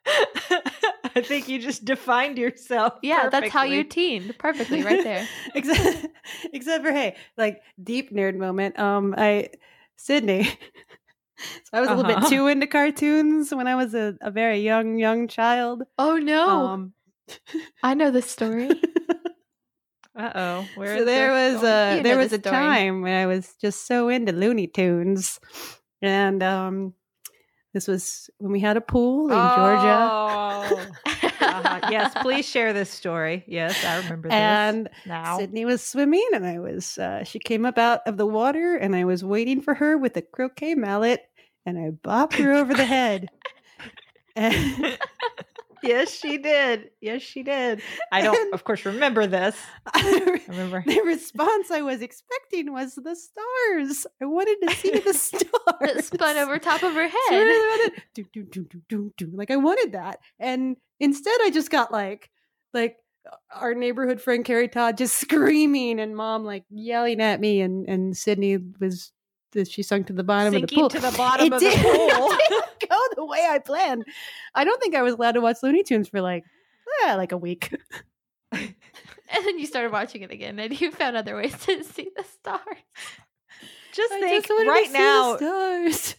B: I think you just defined yourself.
A: Yeah, that's how you
B: perfectly.
A: teened perfectly right there.
C: except, except for hey, like deep nerd moment. Um, I Sydney. So I was a little
B: Uh-huh.
C: bit too into cartoons when I was a, a very young young child.
A: Oh no.
C: Um,
A: I know this story.
B: Uh-oh. Where
C: so
B: is
C: there
B: this
C: was
B: going?
A: You
C: a
A: know
C: there was
A: this
C: a
A: story.
C: time when I was just so into Looney Tunes, and um, this was when we had a pool in Georgia.
B: Oh. Uh-huh. Yes, please share this story. Yes, I remember this.
C: and
B: now.
C: Sydney was swimming, and I was. Uh, she came up out of the water, and I was waiting for her with a croquet mallet, and I bopped her over the head. And
B: yes, she did. Yes, she did. I don't of course remember this.
C: I-
B: I remember
C: the response I was expecting was the stars. I wanted to see the stars.
A: That spun over top of her
C: So I
A: head.
C: really wanted- do, do, do, do, do, do. Like I wanted that, and instead I just got like, like uh, our neighborhood friend Carrie Todd just screaming and mom like yelling at me, and and Sydney was she sunk to the bottom of the
B: sinking
C: pool.
B: to the bottom
C: it
B: of
C: did,
B: the pool.
C: it didn't go the way I planned. I don't think I was allowed to watch Looney Tunes for like. Yeah, like a week.
A: And then you started watching it again and you found other ways to see the stars.
B: Just
C: I
B: think
C: just wanted to
B: right
C: see the
B: now
C: stars.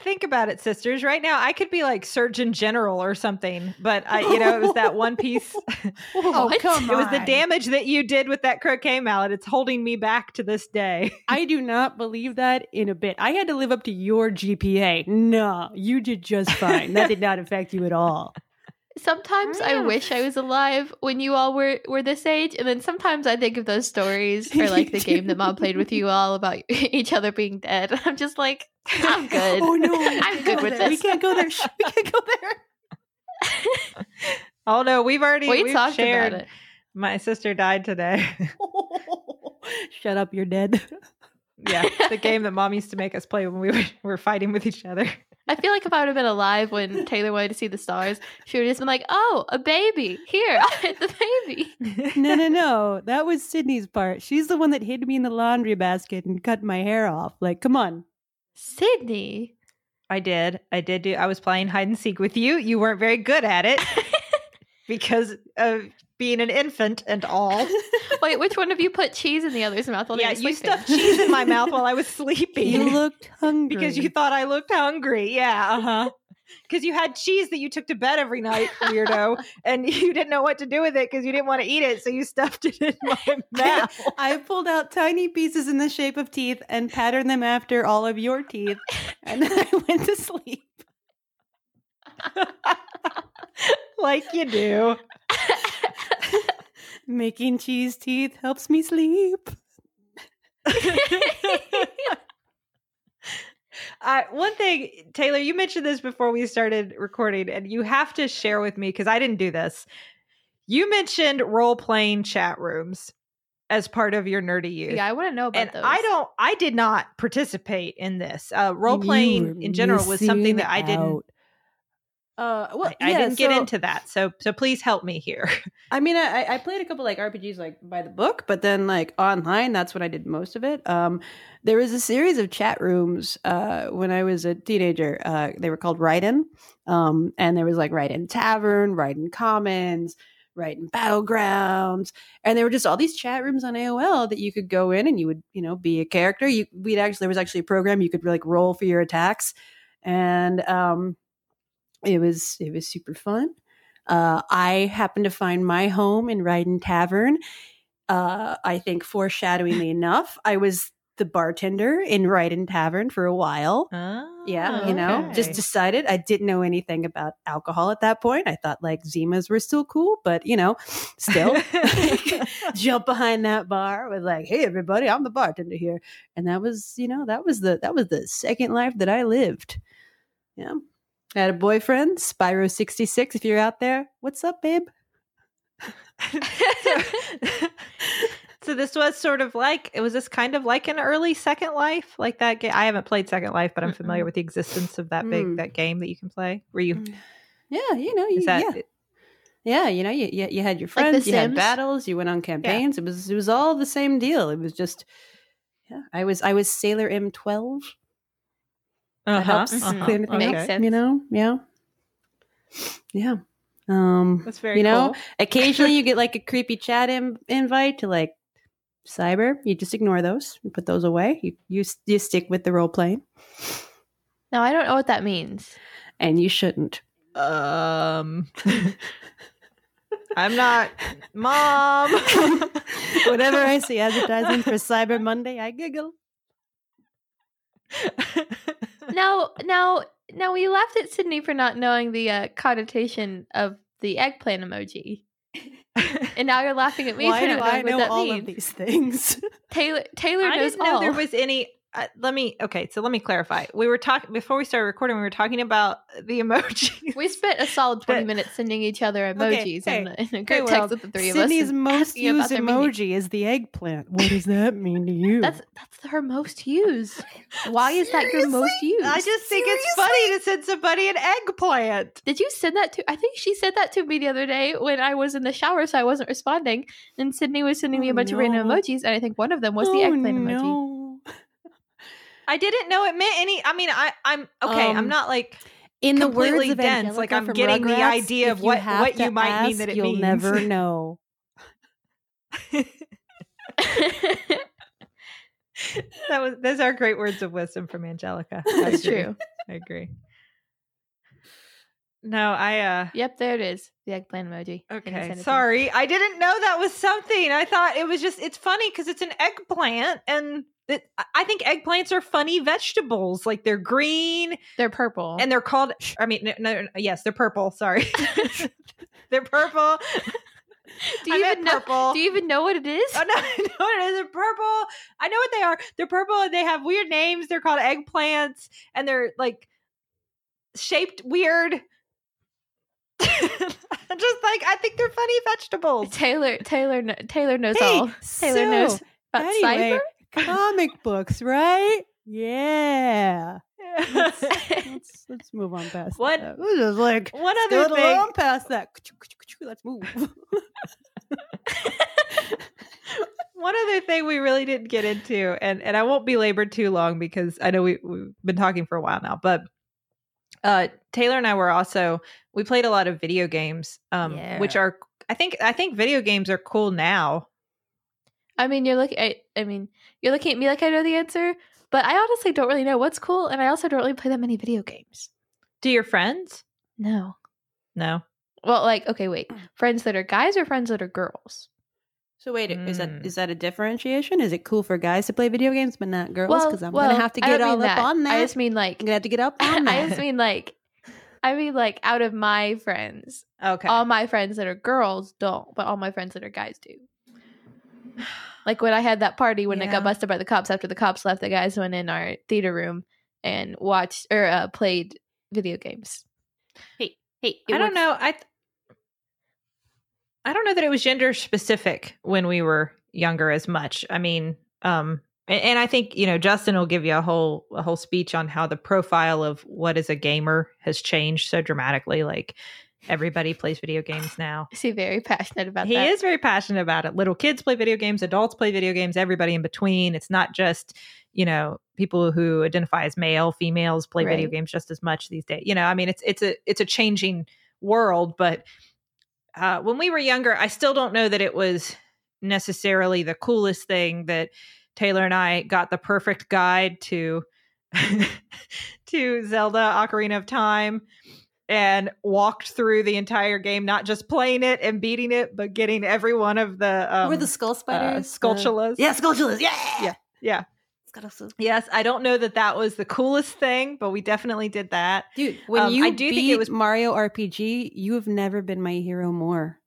B: think about it, sisters. Right now, I could be like Surgeon General or something, but I, you know, it was that one piece.
C: Oh,
A: What?
C: come
B: It was the
C: on.
B: damage that you did with that croquet mallet. It's holding me back to this day.
C: I do not believe that in a bit. I had to live up to your GPA. No, you did just fine. That did not affect you at all.
A: Sometimes I
B: Mm.
A: wish I was alive when you all were, were this age, and then sometimes I think of those stories or like the game that mom played with you all about each other being dead. I'm just like, I'm good.
C: Oh no, we
A: I'm
C: can't
A: good
C: go
A: with
C: there. We
A: this.
C: can't go there. Shh, We can't go there.
B: Oh no, we've already
A: We
B: we've
A: talked
B: shared.
A: about it.
B: My sister died today.
C: Shut up, you're dead.
B: yeah, the game that mom used to make us play when we were, were fighting with each other.
A: I feel like if I would have been alive when Taylor wanted to see the stars, she would have just been like, "Oh, a baby! Here, I hit the baby."
C: No, no, no. That was Sydney's part. She's the one that hid me in the laundry basket and cut my hair off. Like, come on.
A: Sydney,
B: I did. I did do. I was playing hide and seek with you. You weren't very good at it because of being an infant and all.
A: wait, which one of you put cheese in the other's mouth? While they
B: yeah,
A: were
B: you
A: sleeping?
B: stuffed cheese in my mouth while I was sleeping.
C: You looked hungry
B: because you thought I looked hungry. Yeah, uh huh. Because you had cheese that you took to bed every night, weirdo, and you didn't know what to do with it because you didn't want to eat it, so you stuffed it in my mouth.
C: I pulled out tiny pieces in the shape of teeth and patterned them after all of your teeth, and then I went to sleep.
B: like you do.
C: Making cheese teeth helps me sleep.
B: Uh, one thing, Taylor, you mentioned this before we started recording, and you have to share with me because I didn't do this. You mentioned role playing chat rooms as part of your nerdy youth.
A: Yeah, I want to know about
B: and
A: those.
B: I don't, I did not participate in this. Uh, role playing in general was something that I didn't,
C: Uh, well,
B: I, I
C: yeah,
B: didn't get
C: so-
B: into that. So, so please help me here.
C: I mean, I, I- I played a couple like RPGs like by the book, but then like online, that's when I did most of it. Um, there was a series of chat rooms uh, when I was a teenager. Uh, they were called Raiden, um, and there was like Raiden Tavern, Raiden Commons, Raiden Battlegrounds, and there were just all these chat rooms on AOL that you could go in and you would you know be a character. You we'd actually there was actually a program you could like roll for your attacks, and um, it was it was super fun. Uh, I happened to find my home in Ryden Tavern. Uh, I think foreshadowingly enough, I was the bartender in Ryden Tavern for a while.
B: Oh,
C: Yeah, you know, just
B: okay.
C: decided I didn't know anything about alcohol at that point. I thought like Zimas were still cool, but you know, still jump behind that bar with like, "Hey everybody, I'm the bartender here." And that was, you know, that was the that was the second life that I lived. Yeah. I had a boyfriend, Spyro66 if you're out there. What's up, babe?
B: so, so this was sort of like it was this kind of like an early Second Life, like that game. I haven't played Second Life, but I'm familiar with the existence of that big
C: Mm.
B: that game that you can play. Where you
C: Yeah, you know, you,
B: is that
C: yeah. Yeah, you know, you, you, you had your
A: Like The
C: friends, you had
A: Sims?
C: battles, you went on campaigns. It was it was all the same deal. It was just yeah, I was I was Sailor M twelve.
B: uh-huh,
C: helps clear anything
A: Makes
B: okay.
A: sense.
C: You know, yeah, yeah. Um,
B: That's very
C: you know,
B: cool.
C: occasionally you get like a creepy chat Im- invite to like cyber. You just ignore those. You put those away. You you s- you stick with the role playing,
A: No, I don't know what that means.
C: and you shouldn't.
B: Um, I'm not mom.
C: Whenever I see advertising for Cyber Monday, I giggle.
A: Now, now, now, we laughed at Sydney for not knowing the uh, connotation of the eggplant emoji, and now you're laughing at me
C: Why
A: for
C: do
A: not knowing
C: I
A: what
C: know
A: that
C: all
A: means.
C: of these things?
A: Taylor, Taylor
B: I
A: knows
B: didn't know
A: all.
B: there was any. Uh, let me. Okay, so let me clarify. We were talking before we started recording. We were talking about the emoji.
A: we spent a solid twenty
B: But-
A: minutes sending each other
B: Okay,
A: emojis
B: hey,
A: in, the, in a
B: hey,
A: group
B: well,
A: text with the three
C: Sydney's
A: of us. and
C: most
A: asking about
C: used
A: their meaning.
C: emoji is the eggplant. What does that mean to you?
A: That's that's her most used. Why is that your most used?
B: I just think it's funny to send somebody an eggplant.
A: Did you send that to? I think she said that to me the other day when I was in the shower, so I wasn't responding. And Sydney was sending me a
C: Oh,
A: bunch of random
C: no.
A: emojis, and I think one of them was the
C: Oh,
A: eggplant emoji.
C: no.
B: I didn't know it meant any. I mean, I, I'm okay. I'm
C: Um,
B: not like
C: In the words
B: completely
C: of
B: dense,
C: Angelica
B: like I'm
C: from
B: getting the
C: Rugrats,
B: idea of
C: if you
B: what-
C: have
B: what you
C: to
B: might mean that
C: ask,
B: it
C: you'll
B: means.
C: never know.
B: that was. Those are great words of wisdom from Angelica. I
A: That's
B: agree.
A: true.
B: I agree. No, I. uh
A: Yep, there it is. The eggplant emoji. And he sent
B: Okay,
A: it to me.
B: sorry. I didn't know that was something. I thought it was just. It's funny because it's an eggplant, and it, I- I think eggplants are funny vegetables. Like they're green.
A: They're purple.
B: and they're called i mean no, no, no, yes they're purple sorry they're purple
A: do
B: I
A: you
B: meant
A: even know?
B: purple
A: Do you even know what it is?
B: oh no i know what it is they're purple i know what they are they're purple and they have weird names they're called eggplants and they're like shaped weird I'm just like i think they're funny vegetables
A: Taylor, Taylor, kn- Taylor knows
C: Hey,
A: all. Taylor knows
C: so,
A: about
C: anyway,
A: cyber.
C: comic books, right? Yeah. Let's, let's, let's move on past
B: What-
C: that. This is like
B: one
C: Go
B: other thing
C: along past that. Let's move.
B: One other thing we really didn't get into, and and I won't belabor too long because I know we, we've been talking for a while now, but uh, Taylor and I were also we played a lot of video games, um, which
C: Yeah.
B: are I think I think video games are cool now.
A: I mean, you're looking. I, I mean, you're looking at me like I know the answer, but I honestly don't really know what's cool, and I also don't really play that many video games.
B: Do your friends?
A: No.
B: No,
A: Well, like, okay, wait.
C: Mm.
A: Friends that are guys or friends that are girls?
C: So wait, is that
B: Mm.
C: is that a differentiation? Is it cool for guys to play video games but not girls? Because I'm
A: well,
C: gonna have to
A: I don't
C: get all up
A: mean that.
C: on that.
A: I just mean like,
C: I'm gonna have to get up on that.
A: I just mean like, I mean like out of my friends,
B: okay.
A: all my friends that are girls don't, but all my friends that are guys do. Like when I had that party when I
B: Yeah.
A: got busted by the cops after the cops left, the guys went in our theater room and watched or uh, played video games.
C: hey,
B: I don't know. I th- I don't know that it was gender specific when we were younger as much. I mean, um a- and, I think, you know, Justin will give you a whole a whole speech on how the profile of what is a gamer has changed so dramatically like everybody plays video games now.
A: Is he very passionate about
B: He
A: that?
B: is very passionate about it. Little kids play video games, adults play video games, everybody in between. It's not just, you know, people who identify as male, females play video
A: Right.
B: games just as much these days. You know, I mean, it's it's a it's a changing world, but uh, when we were younger, I still don't know that it was necessarily the coolest thing that Taylor and I got the perfect guide to to Zelda Ocarina of Time and walked through the entire game, not just playing it and beating it, but getting every one of the um,
C: Were the skull
B: uh,
C: spiders?
B: sculptulas.
C: The- yeah, sculptulas. Yeah.
B: Yeah. Yeah.
C: Sculptulas.
B: Yes, I don't know that that was the coolest thing, but we definitely did that.
C: Dude, when
B: Um,
C: you
B: I do
C: beat
B: think it was-
C: Mario RPG, you have never been my hero more.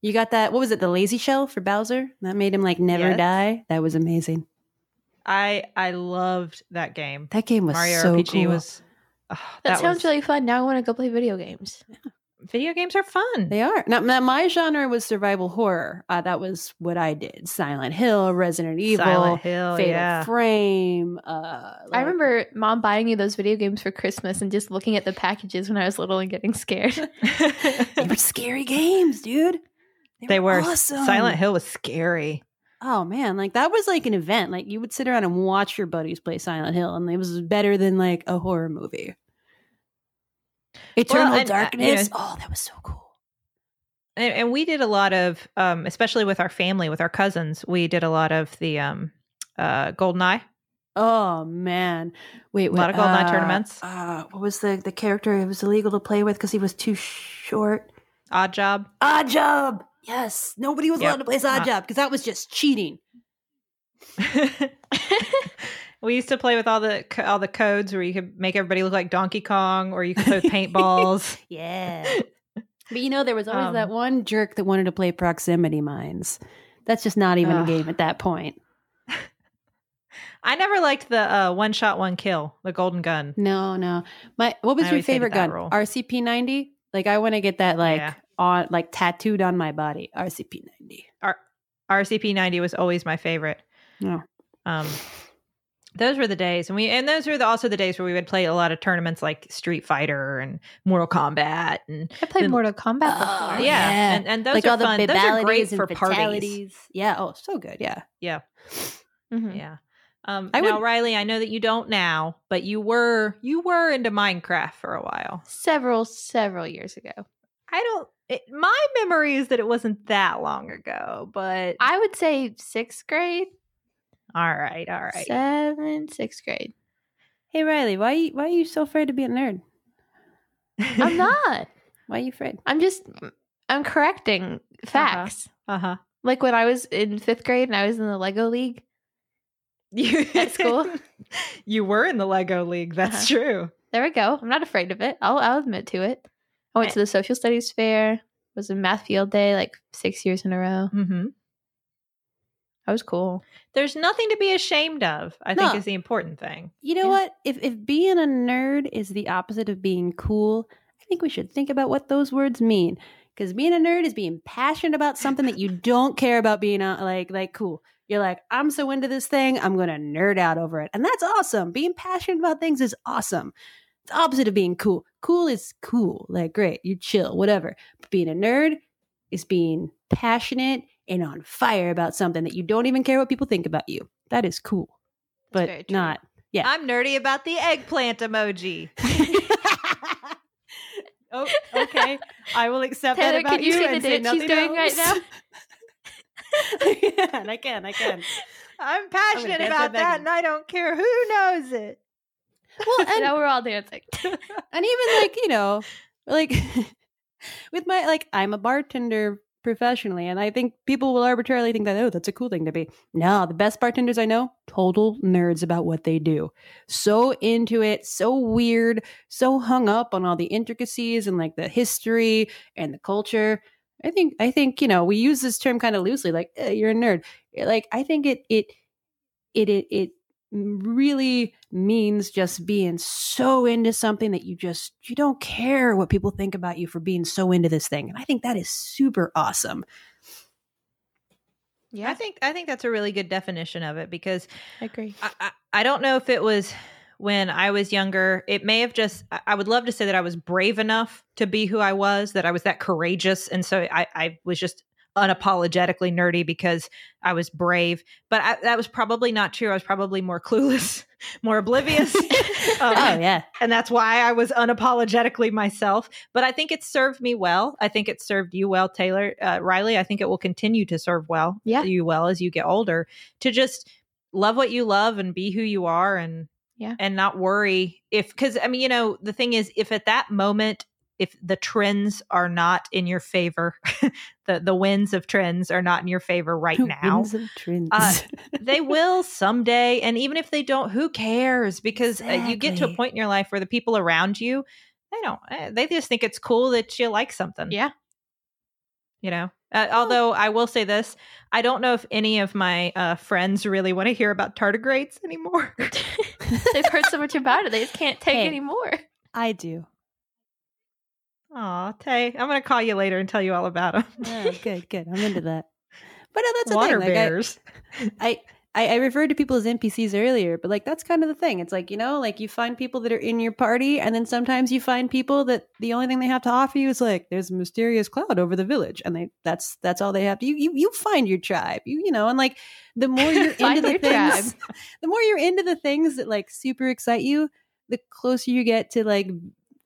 C: You got that. What was it? The lazy shell for Bowser that made him like never
B: Yes.
C: die. That was amazing.
B: I I loved that game.
C: That game was
B: Mario
C: so
B: RPG
C: cool.
B: was. oh,
A: That, sounds
B: was-
A: really fun. Now I want to go play video games.
B: Video games are fun.
C: They are. Now, now my genre was survival horror. Uh, that was what I did. Silent Hill, Resident Evil,
B: Silent Hill,
C: Fatal
B: yeah.
C: Frame. Uh,
A: I
C: like-
A: remember mom buying me those video games for Christmas and just looking at the packages when I was little and getting scared.
C: they were scary games, dude.
B: they were
C: awesome.
B: Silent Hill was scary.
C: Oh man, like that was like an event. Like you would sit around and watch your buddies play Silent Hill, and it was better than like a horror movie.
B: and,
C: Eternal
B: uh, you know-
C: Darkness. oh, that was so cool.
B: and, and we did a lot of um especially with our family with our cousins we did a lot of the um uh golden eye
C: Oh man, wait, wait
B: lot of Goldeneye
C: uh,
B: tournaments.
C: Uh, what was the the character it was illegal to play with because he was too short?
B: odd job
C: Odd job. Yes, nobody was
B: Yep.
C: allowed to play as odd
B: Uh,
C: job because that was just cheating.
B: we used to play with all the co- all the codes where you could make everybody look like donkey kong or you could play with paintballs
C: Yeah. but you know, there was always
B: Um,
C: that one jerk that wanted to play proximity mines. That's just not even a
B: Ugh.
C: game at that point.
B: i never liked the uh one shot one kill the golden gun
C: No, no. My what was
B: I
C: your
B: always hated
C: favorite
B: that
C: gun?
B: rule.
C: RCP ninety. Like I want to get that like
B: Yeah.
C: on like tattooed on my body. RCP ninety.
B: rcp 90 was always my favorite
C: No.
B: um those were the days and we and those were the, also the days where we would play a lot of tournaments like street fighter and mortal kombat and
A: I played
B: Then-
A: Mortal Kombat
C: Oh,
A: before.
B: yeah.
C: yeah.
B: And, and those
C: like
B: are
C: all the
B: fun. Those are great
C: bibalities
B: for
C: and
B: parties.
C: fatalities. Hmm. Yeah. Oh, so good. Yeah.
A: Mhm.
B: Yeah. Um,
C: I
B: now,
C: would-
B: Riley, I know that you don't now, but you were you were into Minecraft for a while.
A: Several, several years ago.
B: I don't. It, my memory is that it wasn't that long ago, but
A: I would say sixth grade,
B: all right, all right.
A: seven, sixth grade.
C: Hey Riley, why you, why are you so afraid to be a nerd?
A: I'm not.
C: Why are you afraid?
A: I'm just I'm correcting facts.
B: Uh huh.
A: Like when I was in fifth grade and I was in the Lego League.
B: You
A: At school?
B: you were in the Lego League. That's
C: Uh-huh.
B: true.
A: There we go. I'm not afraid of it. I'll I'll admit to it. I went to the social studies fair. Was in math field day like six years in a row.
B: Mm-hmm.
A: That was cool.
B: There's nothing to be ashamed of. I think
C: No.
B: is the important thing.
C: You know
A: Yeah.
C: what? If if being a nerd is the opposite of being cool, I think we should think about what those words mean. Because being a nerd is being passionate about something that you don't care about being uh, like like cool. You're like, I'm so into this thing, I'm gonna nerd out over it, and that's awesome. Being passionate about things is awesome. It's the opposite of being cool. Cool is cool, like great, you chill, whatever. But being a nerd is being passionate and on fire about something that you don't even care what people think about you. That is cool,
A: That's very
C: but
A: true.
C: not Yeah.
B: I'm nerdy about the eggplant emoji.
C: oh, okay. I will accept
A: Taylor,
C: that about
A: can you
C: you
A: see the
C: and say
A: dance she's
C: nothing
A: doing right
C: else.
A: now?
C: I can. I can. I can.
B: I'm
C: passionate about that, and
B: I don't care who knows it.
C: Well, and
A: now we're all dancing.
C: and even like you know like with my like i'm a bartender professionally and i think people will arbitrarily think that oh that's a cool thing to be no the best bartenders i know total nerds about what they do so into it so weird so hung up on all the intricacies and like the history and the culture i think i think you know we use this term kind of loosely like eh, you're a nerd like i think it it it it, it really means just being so into something that you just you don't care what people think about you for being so into this thing and i think that is super awesome
A: Yeah,
B: I think I think that's a really good definition of it because
A: I agree.
B: I, I, I don't know if it was when I was younger. It may have just I- I would love to say that I was brave enough to be who I was, that I was that courageous, and so I, I was just unapologetically nerdy because I was brave. But I, that was probably not true. I was probably more clueless, more oblivious. Um,
C: oh yeah
B: and that's why I was unapologetically myself. But I think it served me well. I think it served you well, Taylor uh, Riley. I think it will continue to serve well,
A: Yeah.
B: you well as you get older to just love what you love and be who you are and
A: Yeah.
B: and not worry if because I mean you know the thing is if at that moment if the trends are not in your favor, the the winds of trends are not in your favor right now.
C: Winds of trends.
B: Uh, they will someday, and even if they don't, who cares? Because uh, you get to a
A: Exactly.
B: point in your life where the people around you, they don't. eh, They just think it's cool that you like something.
A: Yeah.
B: You know. Uh, although I will say this, I don't know if any of my uh, friends really want to hear about tardigrades anymore.
A: They've heard so much about it, they just can't take
C: Hey.
A: any more.
C: I do.
B: Aw, Tay, I'm gonna call you later and tell you all about them.
C: Oh, good, good. I'm into that. But no, that's the
B: Water
C: thing. Like, I-
B: bears.
C: I, I I referred to people as NPCs earlier, but like that's kind of the thing. It's like you know, like you find people that are in your party, and then sometimes you find people that the only thing they have to offer you is like there's a mysterious cloud over the village, and they that's that's all they have. To, you you you find your tribe, you you know, and like the more you're into
A: Find
C: the
A: your
C: things, the more you're into the things that like super excite you, the closer you get to like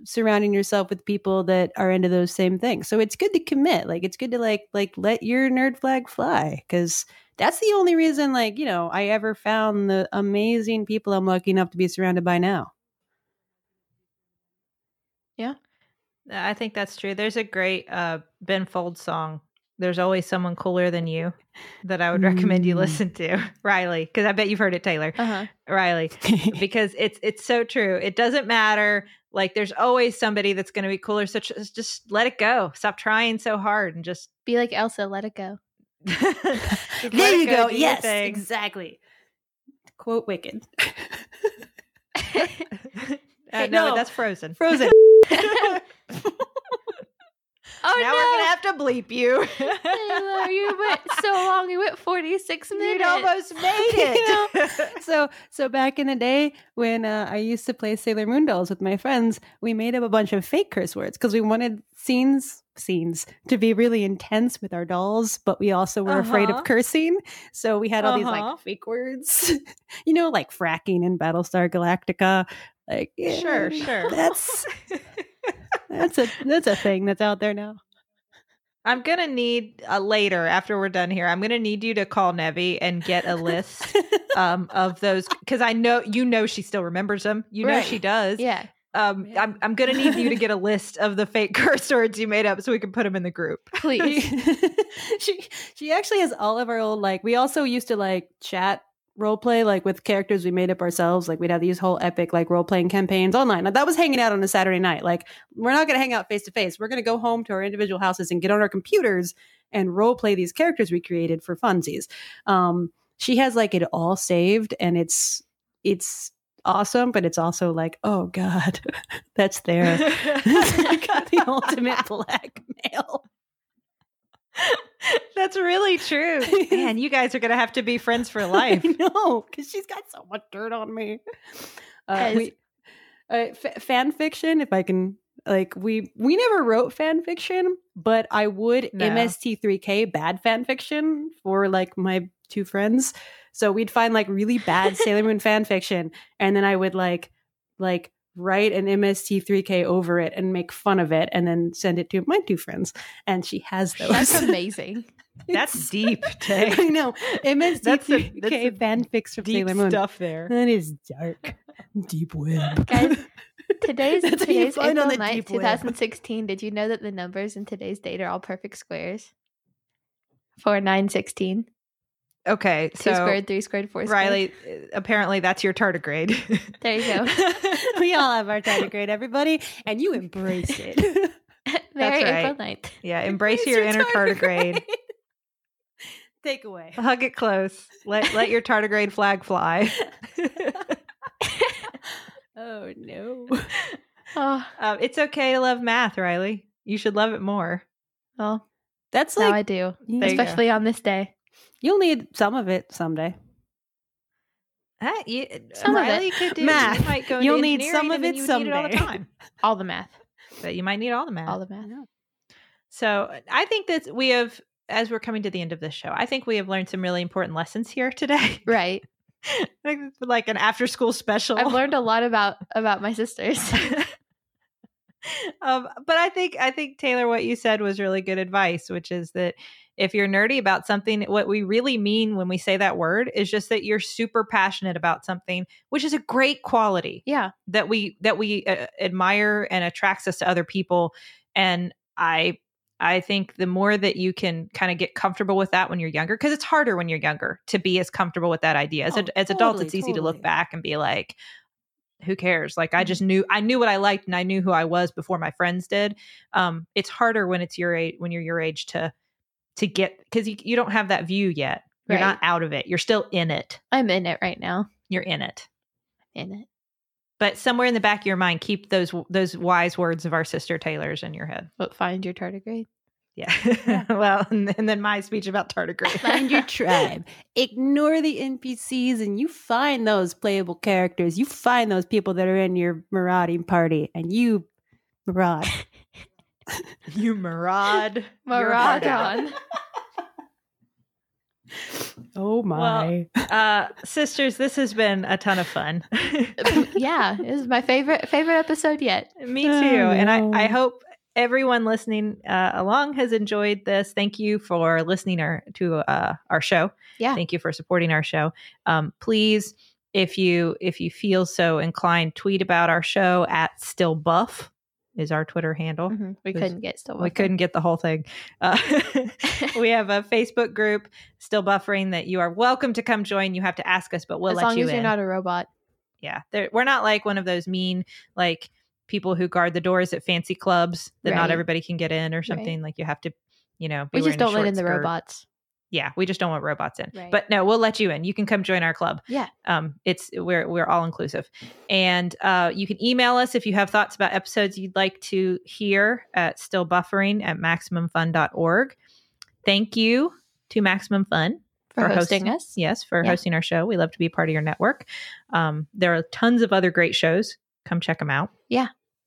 C: surrounding yourself with people that are into those same things. So it's good to commit. Like it's good to like like let your nerd flag fly cuz that's the only reason like, you know, I ever found the amazing people I'm lucky enough to be surrounded by now.
B: I think that's true. There's a great uh, Ben Folds song. There's always someone cooler than you that I would recommend you
C: Mm.
B: listen to, Riley, because I bet you've heard it, Taylor,
A: Uh-huh.
B: Riley, because it's it's so true. It doesn't matter. Like there's always somebody that's going to be cooler. So ju- just let it go. Stop trying so hard and just.
A: Be like Elsa, let it go.
B: just let
C: there
B: it
C: you go.
B: do your
C: Yes,
B: thing.
C: exactly. Quote Wicked.
B: Uh,
C: Hey,
B: no,
C: no.
B: that's Frozen.
C: Frozen.
A: oh no!
B: now we're gonna have to bleep you.
A: Taylor, you went so long. You went 46 minutes.
B: You'd almost made it.
C: so so back in the day when uh, I used to play Sailor Moon dolls with my friends, we made up a bunch of fake curse words because we wanted scenes scenes to be really intense with our dolls, but we also were afraid
B: Uh-huh.
C: of cursing. So we had all these
B: Uh-huh.
C: like fake words, you know, like fracking in Battlestar Galactica. Like yeah,
B: Sure, sure.
C: That's that's a that's a thing that's out there now.
B: I'm gonna need uh, later after we're done here. I'm gonna need you to call Nevi and get a list um, of those because I know you know she still remembers them. You know
A: Right.
B: she does.
A: Yeah.
B: Um, I'm I'm gonna need you to get a list of the fake curse words you made up so we can put them in the group.
A: Please.
C: she she actually has all of our old like we also used to like chat role play like with characters we made up ourselves like we'd have these whole epic like role playing campaigns online Like, that was hanging out on a saturday night like we're not going to hang out face to face we're going to go home to our individual houses and get on our computers and role play these characters we created for funsies um she has like it all saved and it's it's awesome but it's also like oh god that's there It's like the ultimate blackmail
B: That's really true. Man, you guys are gonna have to be friends for life.
C: no, because she's got so much dirt on me. Uh,
A: Guys.
C: we, uh, f- fan fiction, if I can, like we we never wrote fan fiction, but I would
B: No.
C: MST3K bad fan fiction for like my two friends. So we'd find like really bad Sailor Moon fan fiction, and then I would like like write an MST3K over it and make fun of it, and then send it to my two friends. And she has those.
A: That's amazing.
B: That's deep, Tay.
C: I know. MST3K
B: That's a- that's a
C: fanfics from
B: Deep
C: Sailor Moon.
B: stuff there.
C: That is dark, deep web.
A: Guys, Today's
C: That's what you
A: today's
C: find on
A: April
C: the deep
A: 9th,
C: web.
A: 2016. Did you know that the numbers in today's date are all perfect squares? 4, 9, 16.
B: Okay,
A: 2
B: so
A: squared, 3 squared, 4 squared.
B: Riley, uh, apparently that's your tardigrade.
A: There you go.
C: we all have our tardigrade, everybody, and you embrace it.
A: Merry
B: right.
A: April 9th.
B: yeah, embrace your, inner tardigrade.
C: Take away.
B: Hug it close. Let let your tardigrade flag fly.
C: Oh no.
A: Oh,
B: um, it's okay to love math, Riley. You should love it more.
A: well,
C: That's
A: now
C: like
A: I do.
B: There you go.
A: Especially on this day.
C: you'll need some of it someday.
B: Uh, you,
A: Some of it.
B: Riley could do
C: Math.
B: You might go
C: You'll
B: into
C: need
B: engineering
C: some of
B: and then you would
C: it
B: need all the
C: someday.
B: time.
A: All the math.
B: But you might need all the math.
A: All the math.
B: So I think that we have, as we're coming to the end of this show, I think we have learned some really important lessons here today.
A: Right.
B: I think it's like an after school special.
A: I've learned a lot about about my sisters.
B: um, but I think I think Taylor, what you said was really good advice, which is that if you're nerdy about something, what we really mean when we say that word is just that you're super passionate about something, which is a great quality
A: Yeah.
B: that we that we uh, admire and attracts us to other people. And I I think the more that you can kind of get comfortable with that when you're younger, because it's harder when you're younger to be as comfortable with that idea. As,
C: Oh,
B: ad- as adults,
C: totally,
B: it's easy to
C: totally. Mm-hmm.
B: look back and be like, who cares? Like I just knew I knew what I liked and I knew who I was before my friends did. Um, it's harder when it's your age when you're your age to to get because you, you don't have that view yet. You're
A: Right.
B: not out of it. You're still in it.
A: I'm in it right now.
B: You're in it.
A: In it.
B: But somewhere in the back of your mind, keep those those wise words of our sister Taylor's in your head.
A: But find your tardigrade.
B: Yeah. well, and, then- and then my speech about tardigrade.
C: Find your tribe. Ignore the NPCs and you find those playable characters. You find those people that are in your marauding party and you maraud.
B: you maraud.
A: Maradon.
C: Oh my.
B: uh, sisters, this has been a ton of fun.
A: yeah, this is my favorite favorite episode yet.
B: Me too.
C: Oh,
B: And
C: no.
B: I, I hope everyone listening uh, along has enjoyed this. Thank you for listening our, to uh, our show.
A: Yeah.
B: Thank you for supporting our show. Um, please, if you if you feel so inclined, tweet about our show at Still Buff is our Twitter handle.
A: Mm-hmm. We
B: There's-
A: couldn't get still.
B: Oh, We couldn't get the whole thing. Uh, we have a Facebook group, Still Buffering, that you are welcome to come join. You have to ask us, but we'll
A: as
B: let
A: long
B: you
A: as
B: in
A: you're not a robot.
B: yeah They're, we're not like one of those mean like people who guard the doors at fancy clubs that
A: Right.
B: not everybody can get in or something like you have to you know
A: We
B: be
A: just
B: wearing a
A: don't let
B: short
A: in the
B: skirt.
A: robots.
B: yeah we just don't want robots in
A: Right.
B: but no we'll let you in you can come join our club
A: Yeah.
B: um it's we're we're all inclusive and uh you can email us if you have thoughts about episodes you'd like to hear at still buffering at maximumfun.org thank you to maximum fun
A: For,
B: For
A: hosting us.
B: yes for
A: Yeah.
B: hosting our show we love to be part of your network um, there are tons of other great shows come check them out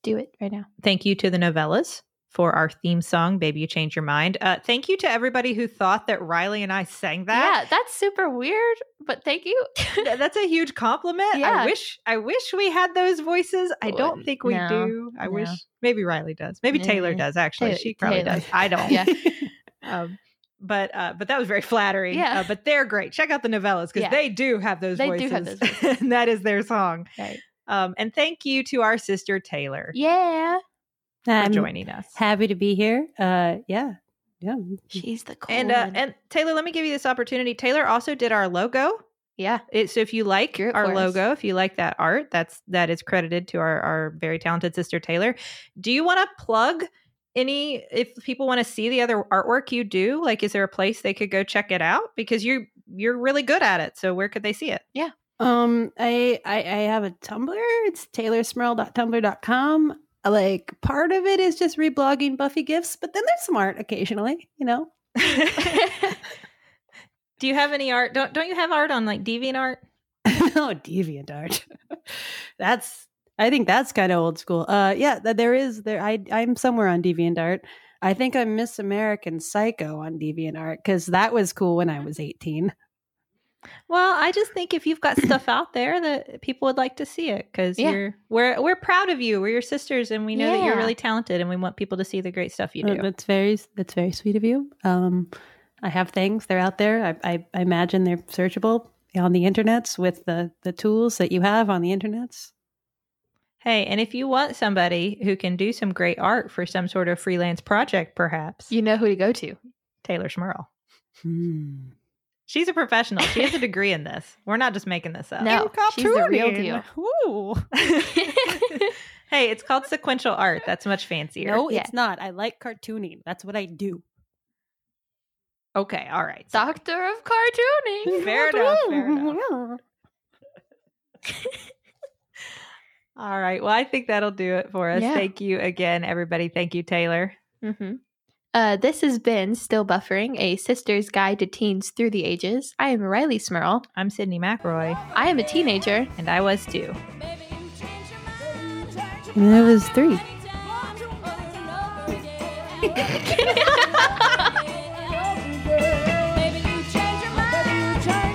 A: Do it right now.
B: thank you to the novellas for our theme song baby you change your mind uh, thank you to everybody who thought that riley and i sang that
A: yeah, that's super weird, but thank you.
B: Th- that's a huge compliment
A: Yeah.
B: i wish i wish we had those voices i don't
A: Would-
B: think we
A: no,
B: do i wish
A: no.
B: maybe riley does maybe taylor
A: Mm.
B: does actually
A: Ta-
B: she probably
A: Taylor.
B: does i don't
A: Yeah.
B: um, but uh, but that was very flattering.
A: Yeah.
B: Uh, but they're great. Check out the novellas because
A: Yeah.
B: they do have those
A: They do have
B: voices.
A: those
B: and that is their song.
A: Right.
B: Um, and thank you to our sister Taylor
A: Yeah.
B: for
C: I'm
B: joining us.
C: happy to be here. Uh, yeah. Yeah.
A: She's the cool
B: And uh,
A: one.
B: and Taylor, let me give you this opportunity. Taylor also did our logo.
A: yeah.
B: It, so if you like
A: Drew it for
B: our
A: us.
B: logo, if you like that art, that's that is credited to our our very talented sister Taylor. Do you want to plug any if people want to see the other artwork you do? Like, is there a place they could go check it out? Because you you're really good at it. So where could they see it?
C: Um, I, I I have a Tumblr. It's taylorsmurl.tumblr.com. Uh, Like part of it is just reblogging Buffy gifts, but then there's some art occasionally, you know.
B: do you have any art? Don't don't you have art on like DeviantArt?
C: no deviant art that's i think that's kind of old school uh yeah th- there is there i i'm somewhere on deviant art i think i'm miss american psycho on deviant art because that was cool when i was 18
B: Well, I just think if you've got stuff out there that people would like to see it because
A: Yeah.
B: you're we're we're proud of you. We're your sisters, and we know that you're
A: Yeah.
B: really talented, and we want people to see the great stuff you
C: Uh,
B: do.
C: that's very that's very sweet of you um i have things they're out there i i, I imagine they're searchable on the internets with the the tools that you have on the internets
B: Hey, and if you want somebody who can do some great art for some sort of freelance project, perhaps
A: You know who to go to.
B: Taylor Schmerl.
C: Hmm.
B: She's a professional. She has a degree in this. We're not just making this up.
A: No, she's the real deal.
C: Ooh.
B: hey, it's called sequential art. That's much fancier.
C: no
A: Yeah.
C: it's not i like cartooning that's what i do
B: Okay. All right.
A: Doctor of cartooning.
B: Fair enough, fair enough. All right. Well, I think that'll do it for us.
A: Yeah.
B: Thank you again, everybody. Thank you, Taylor.
A: Mm-hmm. Uh, this has been Still Buffering, a sister's guide to teens through the ages. I am Riley Smurl.
B: I'm Sydney McRoy,
A: I am a teenager.
B: and I was too.
C: And it was three.
D: Over again.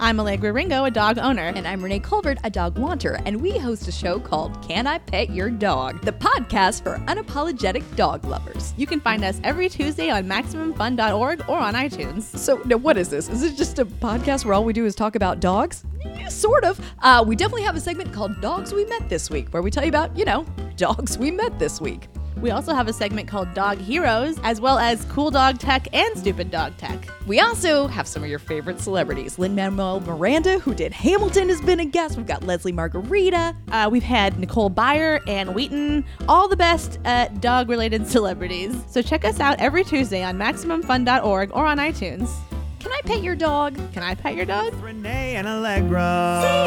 D: I'm Allegra Ringo, a dog owner.
E: And I'm Renee Colbert, a dog wanter, and we host a show called Can I Pet Your Dog? The podcast for unapologetic dog lovers.
D: You can find us every Tuesday on MaximumFun.org or on iTunes.
E: So, now what is this? Is it just a podcast where all we do is talk about dogs? Eh, Sort of. Uh, we definitely have a segment called Dogs We Met This Week, where we tell you about, you know, dogs we met this week.
D: We also have a segment called Dog Heroes, as well as Cool Dog Tech and Stupid Dog Tech.
E: We also have some of your favorite celebrities. Lin Manuel Miranda, who did Hamilton, has been a guest. We've got Leslie Margarita.
D: Uh, we've had Nicole Byer, Ann Wheaton, all the best uh, dog related celebrities. So check us out every Tuesday on MaximumFun.org or on iTunes.
E: Can I pet your dog?
D: Can I pet your dog?
F: Renee and Allegra.